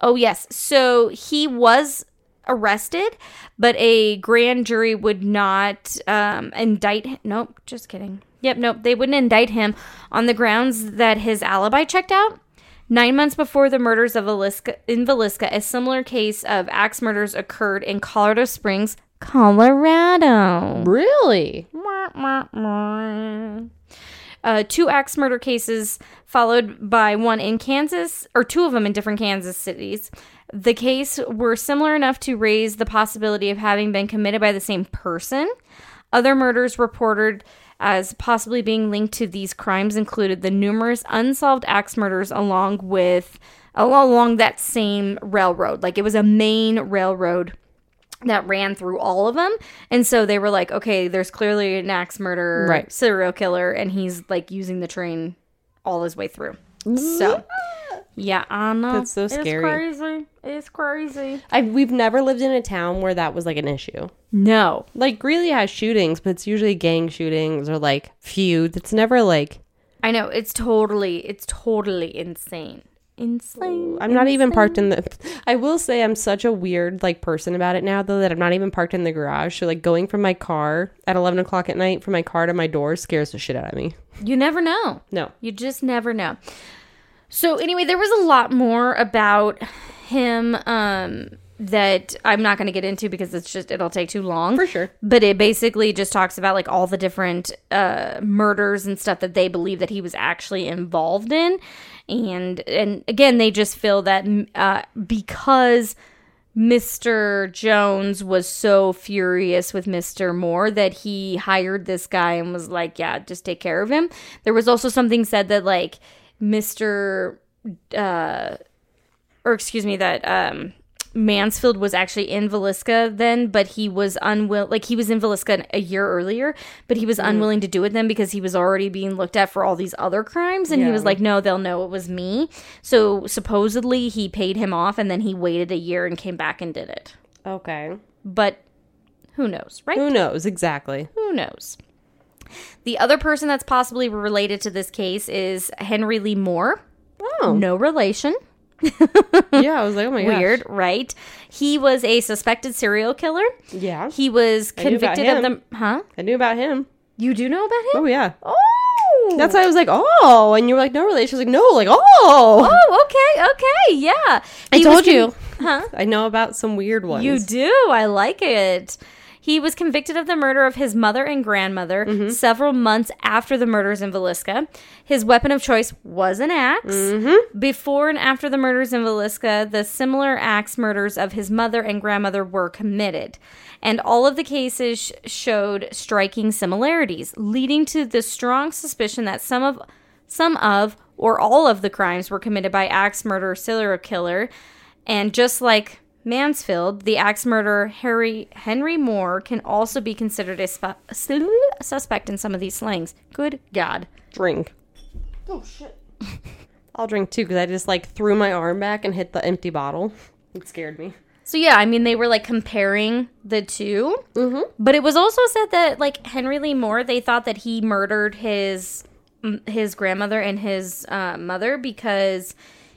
Speaker 3: oh yes, so he was arrested, but a grand jury would not um, indict. Him. Nope, just kidding. Yep, nope, they wouldn't indict him on the grounds that his alibi checked out. Nine months before the murders of Velisca, in Velisca, a similar case of axe murders occurred in Colorado Springs, Colorado.
Speaker 2: Really?
Speaker 3: Mwah, mwah, mwah. Uh, two axe murder cases followed by one in Kansas, or two of them in different Kansas cities. The case were similar enough to raise the possibility of having been committed by the same person. Other murders reported as possibly being linked to these crimes included the numerous unsolved axe murders along with al- along that same railroad. Like it was a main railroad that ran through all of them. And so they were like, okay, there's clearly an axe murderer,
Speaker 2: Right.
Speaker 3: serial killer, and he's like using the train all his way through. So, yeah, I know.
Speaker 2: That's so scary.
Speaker 3: It's crazy. It's crazy.
Speaker 2: I, we've never lived in a town where that was like an issue.
Speaker 3: No.
Speaker 2: Like Greeley has shootings, but it's usually gang shootings or like feuds. It's never like
Speaker 3: I know. It's totally, it's totally insane. Insane.
Speaker 2: I'm not even parked in the. I will say I'm such a weird like person about it now though that I'm not even parked in the garage. So like going from my car at 11 o'clock at night from my car to my door scares the shit out of me.
Speaker 3: You never know.
Speaker 2: No,
Speaker 3: You just never know. So anyway, there was a lot more about him um that I'm not going to get into because it's just it'll take too long.
Speaker 2: for sure.
Speaker 3: But it basically just talks about like all the different uh murders and stuff that they believe that he was actually involved in and and again they just feel that mm, uh because Mr. Jones was so furious with Mr. Moore that he hired this guy and was like, "Yeah, just take care of him." There was also something said that like Mr. uh or excuse me that um Mansfield was actually in Velisca then, but he was unwilling like he was in Velisca a year earlier, but he was unwilling to do it then because he was already being looked at for all these other crimes and he was
Speaker 2: Yeah.
Speaker 3: like like, no, they'll know it was me. So supposedly he paid him off and then he waited a year and came back and did it.
Speaker 2: Okay.
Speaker 3: But who knows, right?
Speaker 2: Who knows exactly?
Speaker 3: Who knows? The other person that's possibly related to this case is Henry Lee Moore.
Speaker 2: Oh
Speaker 3: No relation.
Speaker 2: yeah, I was like, oh my god,
Speaker 3: Weird, right? He was a suspected serial killer.
Speaker 2: Yeah,
Speaker 3: He was
Speaker 2: knew about
Speaker 3: convicted of
Speaker 2: him.
Speaker 3: the. Huh?
Speaker 2: I knew about him.
Speaker 3: You do know about him?
Speaker 2: Oh yeah,
Speaker 3: Oh!
Speaker 2: that's why I was like, oh, and you were like, no relation. I was like, no, like, oh,
Speaker 3: Oh, okay, okay, yeah.
Speaker 2: I
Speaker 3: He
Speaker 2: told
Speaker 3: was
Speaker 2: you.
Speaker 3: Huh?
Speaker 2: I know about some weird ones.
Speaker 3: You do. I like it. He was convicted of the murder of his mother and grandmother several months after the murders in Velisca. His weapon of choice was an ax Before and after the murders in Velisca, the similar axe murders of his mother and grandmother were committed. And all of the cases sh- showed striking similarities, leading to the strong suspicion that some of some of or all of the crimes were committed by axe murderer or serial killer. And just like Mansfield, the axe murderer Harry Henry Moore can also be considered a sp- suspect in some of these slangs. Good God.
Speaker 2: drink. Oh shit. I'll drink too because I just like threw my arm back and hit the empty bottle. It scared me.
Speaker 3: So yeah, I mean they were like comparing the 2 but it was also said that like Henry Lee Moore, they thought that he murdered his m- his grandmother and his uh, mother because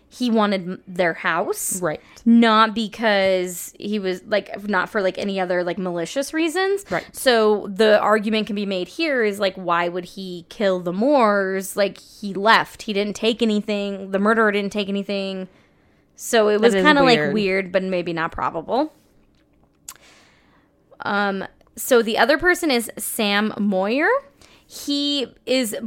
Speaker 3: he wanted m- their house.
Speaker 2: Right.
Speaker 3: Not because he was like not for like any other like malicious reasons.
Speaker 2: Right.
Speaker 3: So the argument can be made here is like why would he kill the Moors? Like he left. He didn't take anything. The murderer didn't take anything. So it was
Speaker 2: is
Speaker 3: kind of like
Speaker 2: weird.
Speaker 3: weird but maybe not probable. Um so the other person is Sam Moyer. He is uh,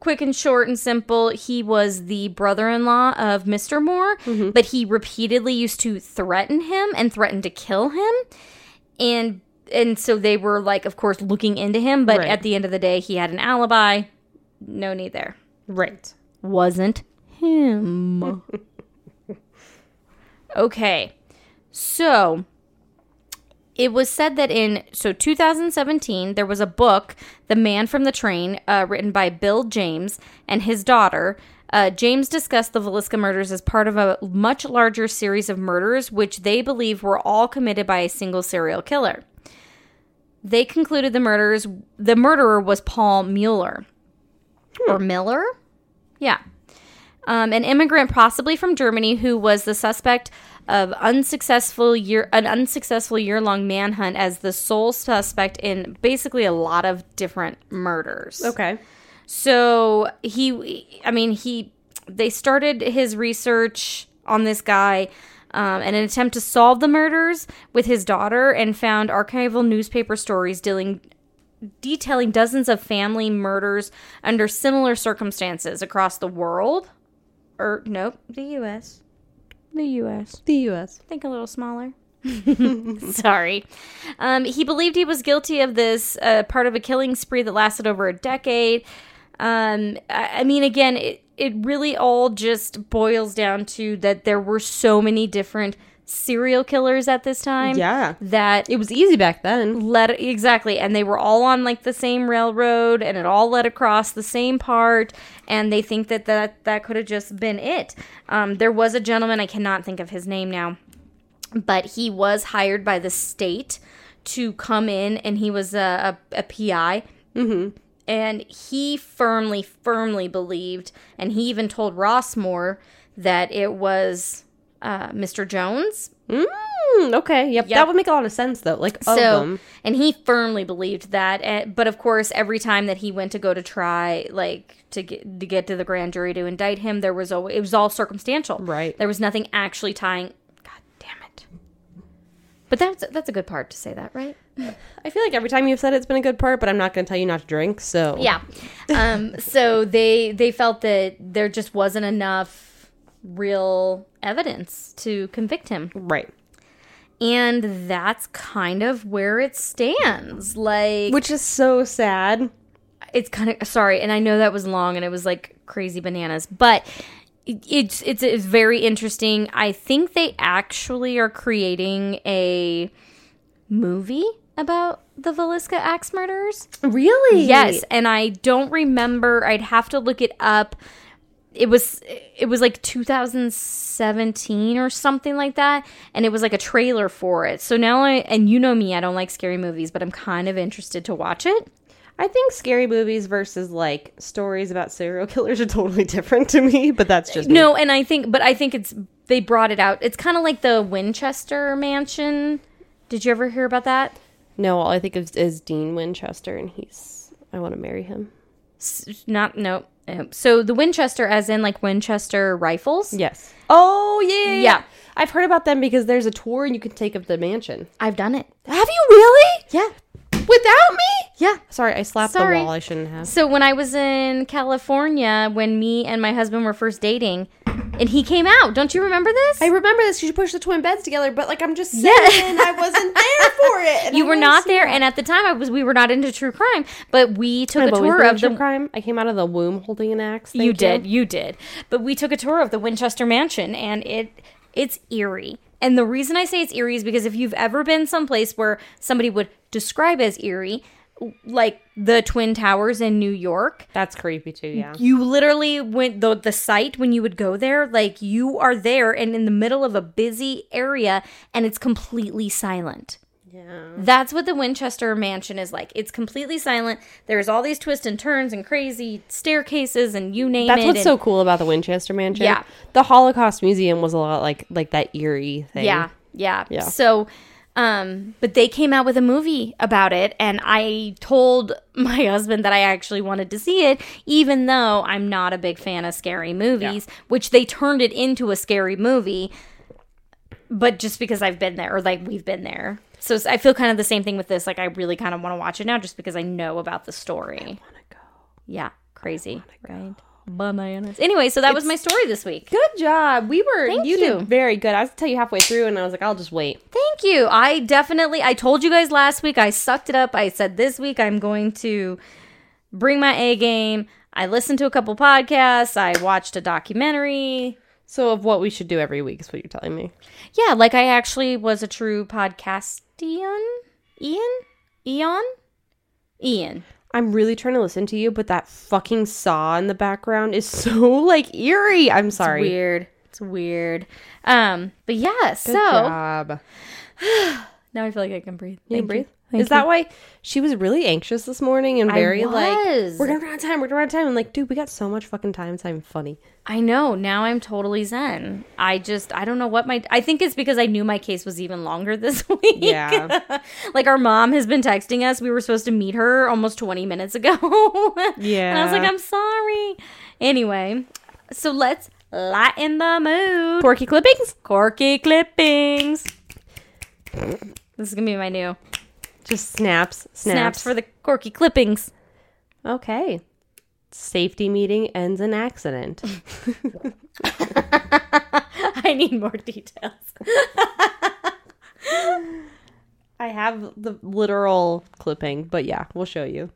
Speaker 3: quick and short and simple. He was the brother in law of Mr. Moore, but he repeatedly used to threaten him and threatened to kill him. And and so they were like, of course, looking into him, but
Speaker 2: Right.
Speaker 3: at the end of the day he had an alibi. No need there.
Speaker 2: Right.
Speaker 3: Wasn't him. okay. So it was said that in so 2017 there was a book the man from the train uh, written by bill james and his daughter uh, james discussed the velisca murders as part of a much larger series of murders which they believe were all committed by a single serial killer they concluded the murders the murderer was paul mueller or miller yeah um, an immigrant possibly from Germany who was the suspect of unsuccessful year an unsuccessful year long manhunt as the sole suspect in basically a lot of different murders.
Speaker 2: Okay.
Speaker 3: So he, I mean, he, they started his research on this guy um, in an attempt to solve the murders with his daughter and found archival newspaper stories dealing. Detailing dozens of family murders under similar circumstances across the world. Or, nope, the U.S. The U.S
Speaker 2: The U.S.
Speaker 3: think a little smaller. Sorry. Um, he believed he was guilty of this uh, part of a killing spree that lasted over a decade. Um, I, I mean, again, it, it really all just boils down to that there were so many different serial killers at this time.
Speaker 2: Yeah.
Speaker 3: That
Speaker 2: It was easy back then.
Speaker 3: led exactly and they were all on like the same railroad and it all led across the same part and they think that that, that could have just been it um, there was a gentleman i cannot think of his name now but he was hired by the state to come in and he was a, a, a pi and he firmly firmly believed and he even told rossmore that it was uh, mr jones
Speaker 2: Mm, okay. Yep.
Speaker 3: Yep.
Speaker 2: That would make a lot of sense though. Like of them.
Speaker 3: and he firmly believed that. eh, But of course, every time that he went to go to try, like to get to get to the grand jury to indict him, there was always it was all circumstantial.
Speaker 2: Right.
Speaker 3: There was nothing actually tying. God damn it. But that's that's a good part to say that, right?
Speaker 2: I feel like every time you've said it's been a good part, but I'm not going to tell you not to drink. So
Speaker 3: Yeah. Um, so they they felt that there just wasn't enough real evidence to convict him.
Speaker 2: Right.
Speaker 3: And that's kind of where it stands. Like
Speaker 2: Which is so sad.
Speaker 3: it's kind of sorry and i know that was long and it was like crazy bananas but it- it's it's, it's very interesting i think they actually are creating a movie about the Velisca axe murders
Speaker 2: Really?
Speaker 3: yes and i don't remember i'd have to look it up it was it was like 2017 or something like that and it was like a trailer for it so now i and you know me i don't like scary movies but i'm kind of interested to watch it
Speaker 2: I think scary movies versus like stories about serial killers are totally different to me, but that's just me.
Speaker 3: No, and I think, but I think it's they brought it out. It's kind of like the Winchester Mansion. Did you ever hear about that?
Speaker 2: No, all I think of is Dean Winchester, and he's I want to marry him.
Speaker 3: S- Not no. Um, So the Winchester, as in like Winchester rifles.
Speaker 2: Yes. Oh yeah.
Speaker 3: Yeah.
Speaker 2: I've heard about them because there's a tour you can take of the mansion.
Speaker 3: I've done it. Have you really?
Speaker 2: Yeah. Without me?
Speaker 3: Yeah.
Speaker 2: Sorry, I slapped
Speaker 3: Sorry.
Speaker 2: the wall. I shouldn't have.
Speaker 3: So when I was in California, when me and my husband were first dating, and he came out. Don't you remember this?
Speaker 2: I remember this because you pushed the twin beds together, but like I'm just saying, I wasn't there for it. and
Speaker 3: you
Speaker 2: I
Speaker 3: were
Speaker 2: wanna
Speaker 3: not
Speaker 2: see
Speaker 3: there,
Speaker 2: that.
Speaker 3: and at the time, I was. We were not into true crime, but we took
Speaker 2: I've
Speaker 3: a
Speaker 2: always
Speaker 3: tour
Speaker 2: been
Speaker 3: of
Speaker 2: into
Speaker 3: the
Speaker 2: crime. I came out of the womb holding an axe. Thank
Speaker 3: you did you did but we took a tour of the winchester mansion and it it's eerie and the reason i say it's eerie is because if you've ever been someplace where somebody would describe as eerie like the twin towers in new york
Speaker 2: That's creepy too. Yeah.
Speaker 3: you literally went the the site when you would go there like you are there and in the middle of a busy area and it's completely silent
Speaker 2: Yeah.
Speaker 3: That's what the Winchester Mansion is like. It's completely silent. There's all these twists and turns and crazy staircases and you name
Speaker 2: That's
Speaker 3: it.
Speaker 2: what's
Speaker 3: and-
Speaker 2: so cool about the Winchester Mansion.
Speaker 3: Yeah.
Speaker 2: The Holocaust Museum was a lot like like that eerie thing.
Speaker 3: Yeah, yeah.
Speaker 2: Yeah.
Speaker 3: So, um, but they came out with a movie about it, and I told my husband that I actually wanted to see it, even though I'm not a big fan of scary movies, which they turned it into a scary movie, but just because I've been there, or like we've been there. So I feel kind of the same thing with this. Like I really kind of want to watch it now, just because I know about the story. Yeah, crazy, right? Bananas. Anyway, so that was my story this week.
Speaker 2: Good job. We were
Speaker 3: Thank
Speaker 2: you,
Speaker 3: you.
Speaker 2: did very good. I was tell you halfway through and I was like, I'll just wait.
Speaker 3: Thank you. I definitely I told you guys last week I sucked it up. I said this week I'm going to bring my A game. I listened to a couple podcasts. I watched a documentary.
Speaker 2: So of what we should do every week is what you're telling me.
Speaker 3: Yeah, like I actually was a true podcastian. Ian? Eon? Ian.
Speaker 2: I'm really trying to listen to you, but that fucking saw in the background is so like eerie. I'm sorry.
Speaker 3: Weird. It's weird. Um, but yeah, so
Speaker 2: Good job.
Speaker 3: now I feel like I can breathe.
Speaker 2: You
Speaker 3: Thank
Speaker 2: can breathe.
Speaker 3: Thank
Speaker 2: is that why she was really anxious this morning and
Speaker 3: I
Speaker 2: very like
Speaker 3: was.
Speaker 2: we're gonna run out of time, we're gonna run out of time. I'm like, dude, we got so much fucking time, it's not even funny.
Speaker 3: I know. Now I'm totally zen. I just I don't know what my I think it's because I knew my case was even longer this week.
Speaker 2: Yeah.
Speaker 3: like our mom has been texting us. We were supposed to meet her almost 20 minutes ago. And I was
Speaker 2: Yeah.
Speaker 3: like, "I'm sorry." Anyway, so let's lighten the mood.
Speaker 2: Porky clippings?
Speaker 3: Corky clippings. This is going to be my new
Speaker 2: Just snaps. Snaps,
Speaker 3: snaps for the corky clippings.
Speaker 2: Okay. Safety meeting ends in accident.
Speaker 3: I need more details.
Speaker 2: I have the literal clipping, but yeah, we'll show you.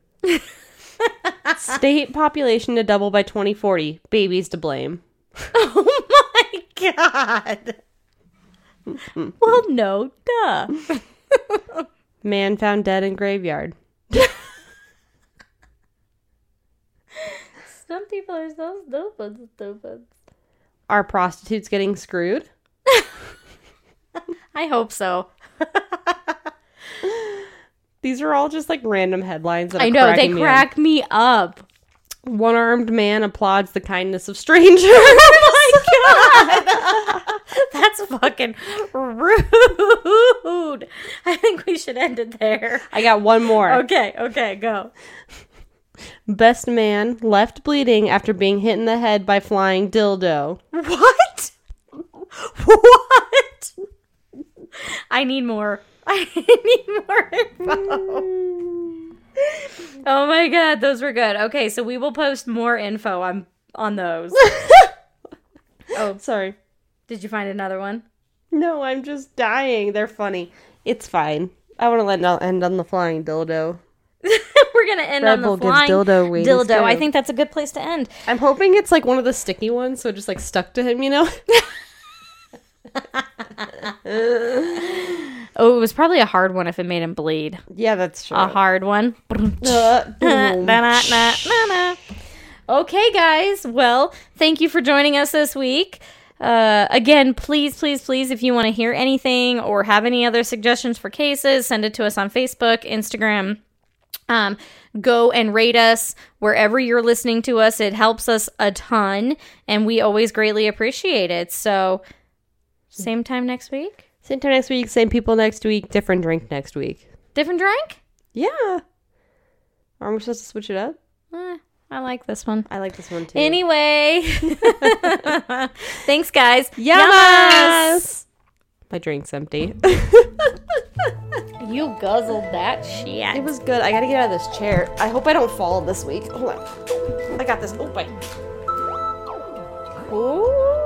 Speaker 2: State population to double by 2040. Babies to blame.
Speaker 3: Oh my god. well, no, duh.
Speaker 2: Man found dead in graveyard.
Speaker 3: Some people are so stupid, stupid.
Speaker 2: Are prostitutes getting screwed?
Speaker 3: I hope so.
Speaker 2: These are all just like random headlines. That
Speaker 3: I
Speaker 2: are
Speaker 3: know they
Speaker 2: cracking me up.
Speaker 3: crack me up.
Speaker 2: One armed man applauds the kindness of strangers.
Speaker 3: Oh That's fucking rude. I think we should end it there.
Speaker 2: I got one more.
Speaker 3: Okay, okay, go.
Speaker 2: Best man left bleeding after being hit in the head by flying dildo.
Speaker 3: What? What? I need more. I need more info. Oh my god, those were good. Okay, so we will post more info on on those. Oh,
Speaker 2: Sorry.
Speaker 3: Did you find another one?
Speaker 2: No, I'm just dying. They're funny. It's fine. I want to let no- end on the flying dildo.
Speaker 3: we're gonna end
Speaker 2: Red
Speaker 3: on the
Speaker 2: Bull gives
Speaker 3: flying
Speaker 2: dildo wings,
Speaker 3: dildo.
Speaker 2: too.
Speaker 3: I think that's a good place to end.
Speaker 2: I'm hoping it's like one of the sticky ones, so it just like stuck to him, you know?
Speaker 3: Oh, it was probably a hard one if it made him bleed.
Speaker 2: yeah, that's true.
Speaker 3: A hard one.
Speaker 2: Uh, boom.
Speaker 3: Na-na-na-na-na. Okay, guys. Well, thank you for joining us this week. Uh, again, please, please, please, if you want to hear anything or have any other suggestions for cases, send it to us on Facebook, Instagram. Um, go and rate us wherever you're listening to us. It helps us a ton, and we always greatly appreciate it. So, same time next week?
Speaker 2: Same time next week, same people next week, different drink next week.
Speaker 3: Different drink?
Speaker 2: Yeah. Aren't we supposed to switch it up?
Speaker 3: Eh, I like this one.
Speaker 2: I like this one too.
Speaker 3: Anyway, thanks, guys.
Speaker 2: Yamas! My drink's empty.
Speaker 3: Yamas! You guzzled that shit.
Speaker 2: It was good. I gotta get out of this chair. I hope I don't fall this week. Hold on. I got this. Oh, bye. Ooh.